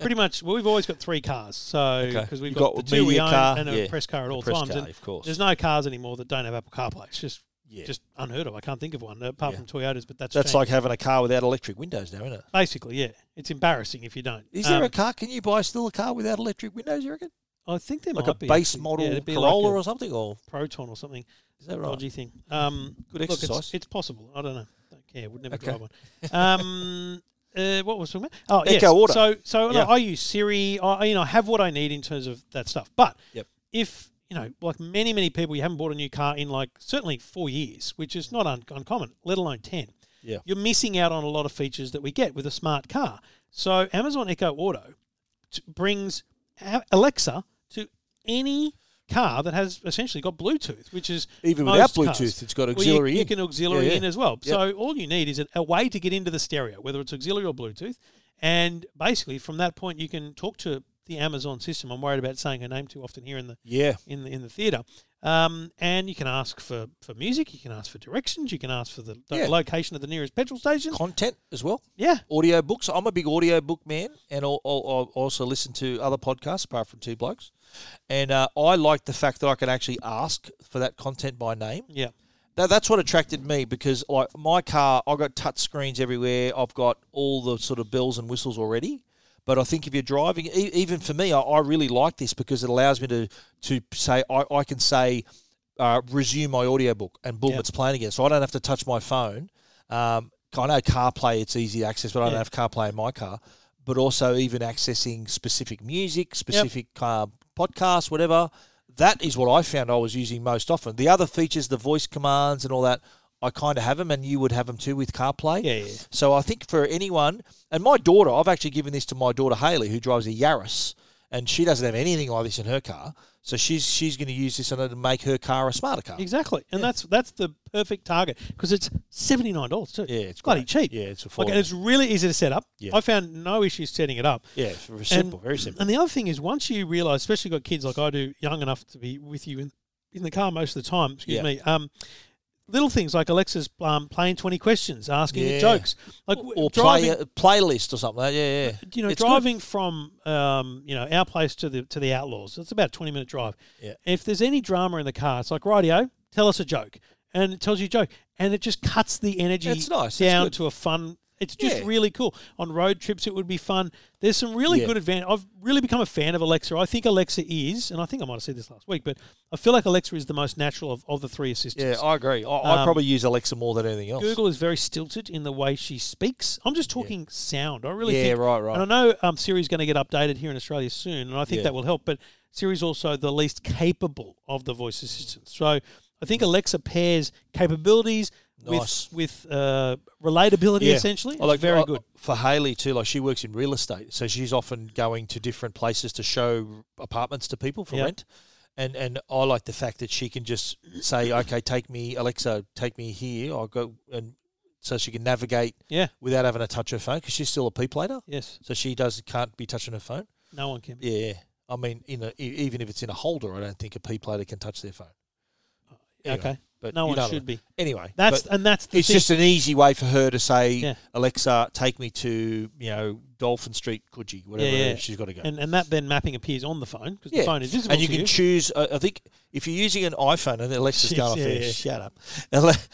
S1: pretty much. Well, we've always got three cars. So
S2: Okay.
S1: because we've
S2: You've
S1: got,
S2: got
S1: the two we
S2: media
S1: own
S2: car,
S1: and a
S2: yeah,
S1: press car at all
S2: press
S1: times.
S2: car,
S1: and
S2: of course.
S1: There's no cars anymore that don't have Apple CarPlay. It's just
S2: Yeah.
S1: just unheard of. I can't think of one apart
S2: Yeah.
S1: from Toyotas, but that's
S2: That's
S1: changed.
S2: like having a car without electric windows now, isn't it?
S1: basically yeah. It's embarrassing if you don't.
S2: Is
S1: Um,
S2: there a car? Can you buy still a car without electric windows? You reckon?
S1: I think there
S2: Like
S1: might
S2: a
S1: be
S2: base
S1: actually.
S2: model
S1: yeah, it'd be like
S2: Corolla
S1: a
S2: or something? Or
S1: Proton or something.
S2: is that right?
S1: dodgy thing. Um,
S2: Good
S1: look, it's-
S2: exercise.
S1: It's, possible. I don't know. Don't care. Would never
S2: Okay.
S1: drive one. Um, uh, what was we talking about? Oh, yes.
S2: Echo Auto.
S1: So, so no,
S2: Yeah.
S1: I use Siri. I you know I have what I need in terms of that stuff. But
S2: Yep.
S1: if you know, like many many people, you haven't bought a new car in like certainly four years, which is not un- uncommon, let alone ten.
S2: Yeah.
S1: You're missing out on a lot of features that we get with a smart car. So Amazon Echo Auto t- brings A- Alexa to any car that has essentially got Bluetooth, which is
S2: Even without
S1: most
S2: Bluetooth,
S1: cars.
S2: it's got
S1: Well, you-
S2: auxiliary
S1: you,
S2: in.
S1: can auxiliary
S2: Yeah, yeah.
S1: in as well.
S2: Yep.
S1: So all you need is a, a way to get into the stereo, whether it's auxiliary or Bluetooth. And basically, from that point, you can talk to the Amazon system. I'm worried about saying her name too often here in the
S2: Yeah.
S1: in the in the theater. Um, and you can ask for, for music, you can ask for directions, you can ask for the, the
S2: Yeah.
S1: location of the nearest petrol station.
S2: Content as well.
S1: yeah,
S2: Audio books. I'm a big audio book man, and I'll, I'll, I'll also listen to other podcasts apart from Two Blokes. And uh, I like the fact that I can actually ask for that content by name.
S1: yeah,
S2: That, that's what attracted me because like my car, I've got touch screens everywhere. I've got all the sort of bells and whistles already. But I think if you're driving, e- even for me, I, I really like this because it allows me to to say I, I can say uh, resume my audiobook and boom,
S1: Yeah.
S2: it's playing again. So I don't have to touch my phone. Um, I know CarPlay, it's easy to access, but I
S1: Yeah.
S2: don't have CarPlay in my car. But also even accessing specific music, specific uh, podcasts, whatever. That is what I found I was using most often. The other features, the voice commands and all that, I kind of have them, and you would have them too with CarPlay.
S1: Yeah, yeah.
S2: So I think for anyone, and my daughter, I've actually given this to my daughter Haley, who drives a Yaris, and she doesn't have anything like this in her car. So she's she's going to use this in order to make her car a smarter car.
S1: exactly. And that's that's the perfect target because it's seventy nine dollars too.
S2: Yeah, it's
S1: bloody
S2: great.
S1: cheap.
S2: Yeah, it's affordable.
S1: Like, and it's really easy to set up.
S2: Yeah.
S1: I found no issues setting it up.
S2: yeah, it's very simple,
S1: and,
S2: very simple.
S1: And the other thing is, once you realise, especially you've got kids like I do, young enough to be with you in, in the car most of the time. Excuse
S2: Yeah.
S1: me. Um, little things like Alexa's um, playing twenty questions, asking you
S2: Yeah.
S1: jokes, like
S2: Or play
S1: driving.
S2: a playlist or something. like that. Yeah, yeah.
S1: you know,
S2: It's good.
S1: driving from um, you know our place to the to the Outlaws, it's about a twenty minute drive.
S2: Yeah.
S1: If there's any drama in the car, it's like radio, tell us a joke, and it tells you a joke, and it just cuts the energy
S2: That's nice. That's
S1: down
S2: good.
S1: to a fun. It's just
S2: Yeah.
S1: really cool. On road trips, it would be fun. There's some really
S2: Yeah.
S1: good advantage. I've really become a fan of Alexa. I think Alexa is, and I think I might have said this last week, but I feel like Alexa is the most natural of, of the three
S2: Yeah,
S1: assistants.
S2: I agree. I, I
S1: Um,
S2: probably use Alexa more than anything else.
S1: Google is very stilted in the way she speaks. I'm just talking sound. I really
S2: Yeah,
S1: think
S2: right, right.
S1: and I know um, Siri's going to get updated here in Australia soon, and I think
S2: Yeah.
S1: that will help. But Siri's also the least capable of the voice assistants. So I think Alexa pairs capabilities
S2: Nice.
S1: with with uh, relatability
S2: Yeah.
S1: essentially.
S2: I
S1: It's very
S2: I-
S1: good.
S2: for Haley too. Like she works in real estate, so she's often going to different places to show apartments to people for
S1: Yeah.
S2: rent. And and I like the fact that she can just say, "Okay, take me, Alexa, take me here." I'll go and so she can navigate
S1: Yeah.
S2: without having to touch her phone because she's still a pee plater,
S1: Yes.
S2: so she does can't be touching her phone.
S1: No one can.
S2: Yeah, I mean, in a, e- even if it's in a holder, I don't think a pee plater can touch their phone. Anyway,
S1: Uh, Okay.
S2: But
S1: No
S2: you
S1: one
S2: know
S1: should
S2: that.
S1: be.
S2: Anyway,
S1: That's
S2: but
S1: and that's the
S2: it's
S1: thing.
S2: just an easy way for her to say,
S1: Yeah.
S2: Alexa, take me to you know Dolphin Street, Coogee, whatever
S1: Yeah, yeah.
S2: she's got to go.
S1: and, and that then mapping appears on the phone because
S2: Yeah.
S1: the phone is visible
S2: and you
S1: to
S2: can choose. Uh, I think if you're using an iPhone, and Alexa's
S1: Jeez,
S2: going off
S1: yeah,
S2: there.
S1: yeah.
S2: Shut up. Ale- if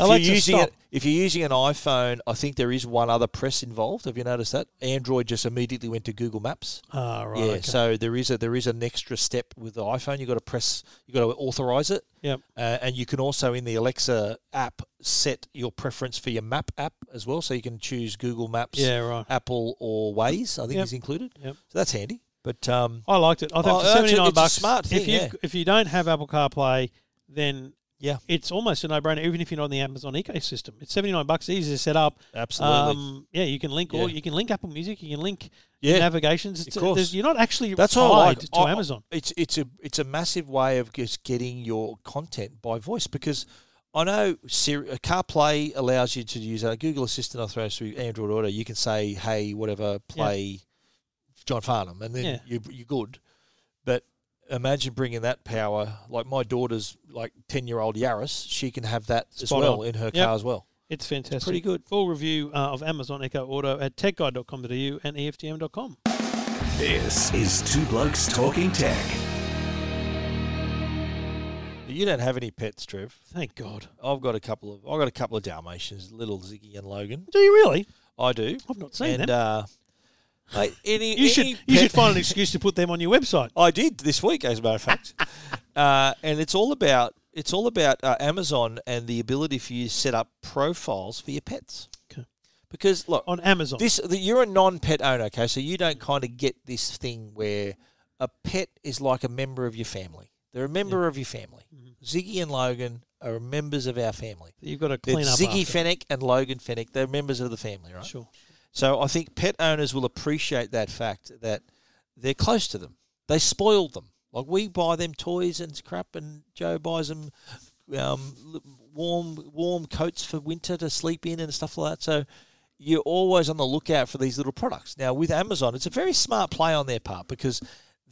S1: Alexa,
S2: you're using
S1: stop.
S2: it, if you're using an iPhone, I think there is one other press involved. Have you noticed that? Android just immediately went to Google Maps.
S1: Ah, right.
S2: yeah,
S1: okay.
S2: so there is a there is an extra step with the iPhone. You got to press, you got to authorize it,
S1: Yep.
S2: uh, and you can also in the Alexa app set your preference for your map app as well. So you can choose Google Maps,
S1: Yeah, right.
S2: Apple, or Waze. I think
S1: Yep.
S2: is included.
S1: Yep.
S2: So that's handy. But um,
S1: I liked it. I think
S2: Oh,
S1: for
S2: that's a-
S1: seventy nine
S2: it's a
S1: bucks,
S2: smart
S1: If
S2: thing,
S1: you
S2: yeah.
S1: if you don't have Apple CarPlay, then
S2: Yeah.
S1: it's almost a no brainer. Even if you're not in the Amazon ecosystem, it's seventy nine bucks. Easy to set up.
S2: absolutely.
S1: Um, yeah, you can link all.
S2: Yeah.
S1: You can link Apple Music. You can link
S2: Yeah.
S1: navigations. It's,
S2: course.
S1: there's- You're not actually
S2: That's
S1: tied
S2: all I like.
S1: to
S2: I-
S1: Amazon.
S2: It's it's a it's a massive way of just getting your content by voice because I know Siri, uh, CarPlay allows you to use a Google Assistant. I throw through Android Auto. You can say, "Hey, whatever, play John Farnham," and then
S1: Yeah.
S2: you you're good. But imagine bringing that power. Like my daughter's like ten year old Yaris, she can have that as
S1: Spot
S2: well
S1: on.
S2: in her
S1: Yep.
S2: car as well.
S1: It's fantastic.
S2: pretty good.
S1: Full review uh, of Amazon Echo Auto at techguide.com.au and E EFTM.com.
S3: This is Two Blokes Talking Tech.
S2: You don't have any pets, Trev.
S1: Thank God.
S2: I've got a couple of I've got a couple of Dalmatians, little Ziggy and Logan.
S1: Do you really?
S2: I do.
S1: I've not seen
S2: and,
S1: them.
S2: Uh, like any,
S1: you should
S2: any
S1: you should
S2: pet-
S1: find an excuse to put them on your website.
S2: I did this week, as a matter of fact, uh, and it's all about it's all about uh, Amazon and the ability for you to set up profiles for your pets.
S1: Okay.
S2: Because look,
S1: On Amazon.
S2: this the, you're a non-pet owner, okay? So you don't kind of get this thing where a pet is like a member of your family. They're a member of your family.
S1: Mm-hmm.
S2: Ziggy and Logan are members of our family.
S1: You've got to
S2: They're
S1: clean up.
S2: Ziggy
S1: after.
S2: Fennec and Logan Fennec. They're members of the family, right?
S1: Sure.
S2: So I think pet owners will appreciate that fact that they're close to them. They spoil them. Like we buy them toys and crap, and Joe buys them um, l- warm warm coats for winter to sleep in and stuff like that. So you're always on the lookout for these little products. Now with Amazon, it's a very smart play on their part because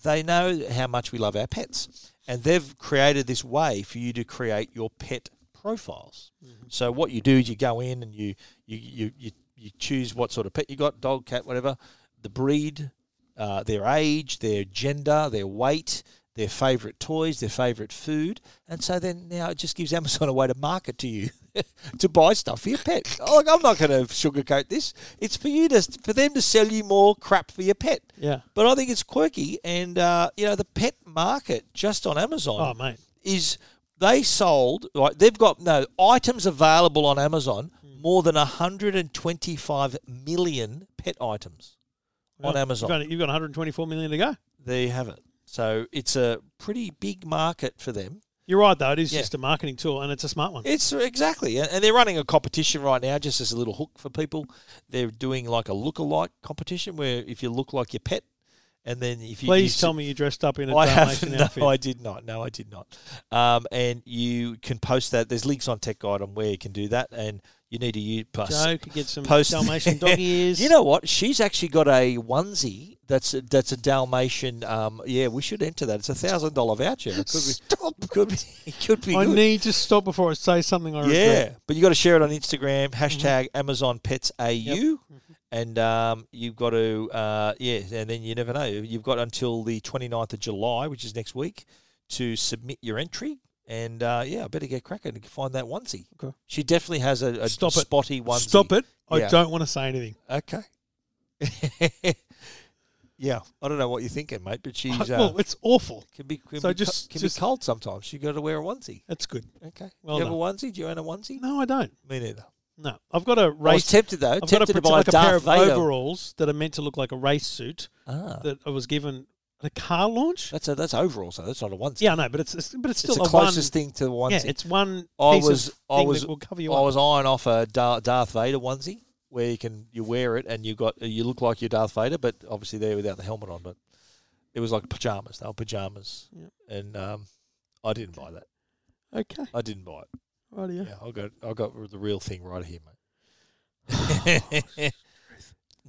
S2: they know how much we love our pets, and they've created this way for you to create your pet profiles. So what you do is you go in and you you you you, you choose what sort of pet you got, dog, cat, whatever, the breed, uh, their age, their gender, their weight, their favourite toys, their favourite food, and so then now it just gives Amazon a way to market to you. to buy stuff for your pet. Oh, Look, I'm not going to sugarcoat this. It's for you to, for them to sell you more crap for your pet.
S1: Yeah.
S2: But I think it's quirky, and uh, you know the pet market just on Amazon
S1: Oh mate.
S2: is they sold like they've got no items available on Amazon
S1: Hmm.
S2: more than 125 million pet items on
S1: Well,
S2: Amazon.
S1: You've, only, you've got 124 million to go.
S2: There you have it. So it's a pretty big market for them.
S1: You're right though. It is
S2: Yeah.
S1: just a marketing tool, and it's a smart one.
S2: It's exactly, and and they're running a competition right now, just as a little hook for people. They're doing like a look-alike competition where if you look like your pet, and then if you
S1: Please
S2: you-
S1: tell me you dressed up in a
S2: I
S1: Dalmatian
S2: haven't. No,
S1: outfit.
S2: I did not. No, I did not. Um, and you can post that. There's links on Tech Guide on where you can do that, and you need to use plus
S1: Joe could get some
S2: post
S1: Dalmatian dog ears.
S2: You know what? She's actually got a onesie. That's a, that's a Dalmatian. Um, yeah, we should enter that. It's a thousand dollar voucher. It Could be,
S3: Stop.
S2: could be. It could be.
S1: I
S2: good.
S1: need to stop before I say something I regret.
S2: Yeah, but you got to share it on Instagram
S1: Mm-hmm.
S2: hashtag Amazon Pets AU, and um, you've got to uh, yeah, and then you never know. You've got until the 29th of July, which is next week, to submit your entry. And uh, yeah, I better get cracking to find that onesie.
S1: Okay.
S2: She definitely has a, a
S1: Stop it.
S2: spotty onesie.
S1: Stop it. I
S2: Yeah.
S1: don't want to say anything.
S2: Okay. yeah, I don't know what you're thinking, mate, but she's uh,
S1: well, it's awful.
S2: can be can,
S1: so
S2: be, co-
S1: just-
S2: can
S1: just-
S2: be cold sometimes. You got to wear a onesie.
S1: That's good.
S2: Okay.
S1: Well
S2: Do you have a onesie? Do you own a onesie?
S1: No, I don't.
S2: Me neither.
S1: No, I've got a
S2: I was
S1: race.
S2: tempted though.
S1: I've got a,
S2: tempted to
S1: pret-
S2: buy
S1: like a pair of
S2: Darth Vader.
S1: overalls that are meant to look like a race suit
S2: Ah,
S1: that I was given at a car launch.
S2: that's a, that's overall. So that's not a onesie.
S1: Yeah, I know, but it's, it's but it's still
S2: it's the
S1: a
S2: closest
S1: one,
S2: thing to the onesie.
S1: Yeah, it's one
S2: I
S1: piece
S2: was
S1: of
S2: I
S1: thing
S2: was
S1: that will cover
S2: I
S1: you up.
S2: was eyeing off a Dar- Darth Vader onesie where you can you wear it and you got you look like you're Darth Vader, but obviously there without the helmet on. But it was like pajamas. They were pajamas,
S1: Yep.
S2: and um, I didn't buy that.
S1: Okay,
S2: I didn't buy it.
S1: right here.
S2: Yeah, I got I got the real thing right here, mate.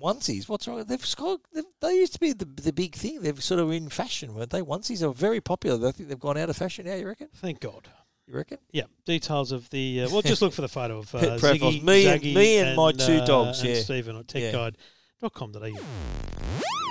S2: Onesies, what's wrong? They've, sco- they've they used to be the, the big thing. They've sort of in fashion, weren't they? Onesies are very popular. I think they've gone out of fashion now. You reckon?
S1: Thank God.
S2: You reckon?
S1: Yeah, details of the. Uh, well, just look for the photo of uh,
S2: Profiles.
S1: Ziggy,
S2: Me and-
S1: Zaggy
S2: me and my two
S1: uh,
S2: dogs,
S1: and
S2: yeah.
S1: Stephen at
S2: Yeah.
S1: techguide.com.au.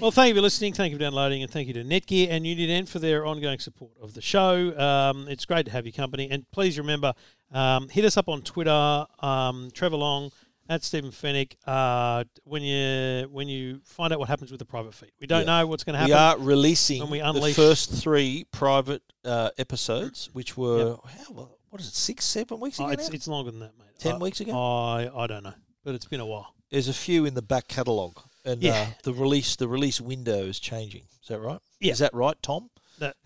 S1: Well, thank you for listening. Thank you for downloading, and thank you to Netgear and UniNet for their ongoing support of the show. Um, it's great to have your company, and please remember um, hit us up on Twitter, um, Trevor Long at Stephen Fennick. Uh, when you when you find out what happens with the private feed, we don't know what's going to happen.
S2: We are releasing
S1: when we
S2: the
S1: unleash-
S2: first three private uh, episodes, which were how, what is it, six, seven weeks
S1: Oh,
S2: ago?
S1: it's,
S2: now?
S1: it's longer than that, mate.
S2: Ten
S1: I-
S2: weeks ago?
S1: I I don't know, but it's been a while.
S2: There's a few in the back catalogue, and uh,
S1: Yeah.
S2: the release the release window is changing. Is that right?
S1: Yeah.
S2: Is that right, Tom?
S1: That-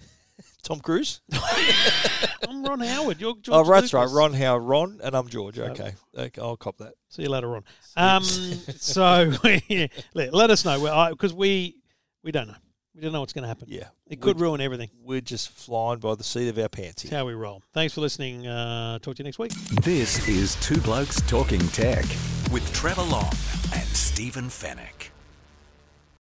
S2: Tom Cruise.
S1: I'm Ron Howard. You're George
S2: oh, right, that's right.
S1: Lucas.
S2: Ron Howard, Ron, and I'm George. Okay, okay I'll cop that.
S1: See you later, Ron. Um, so yeah, let, let us know because we we don't know. We don't know what's going to happen.
S2: Yeah,
S1: It could
S2: We're,
S1: ruin everything.
S2: we're just flying by the seat of our pants
S1: It's
S2: here.
S1: how we roll. Thanks for listening. Uh, talk to you next week.
S3: This is Two Blokes Talking Tech with Trevor Long and Stephen Fennick.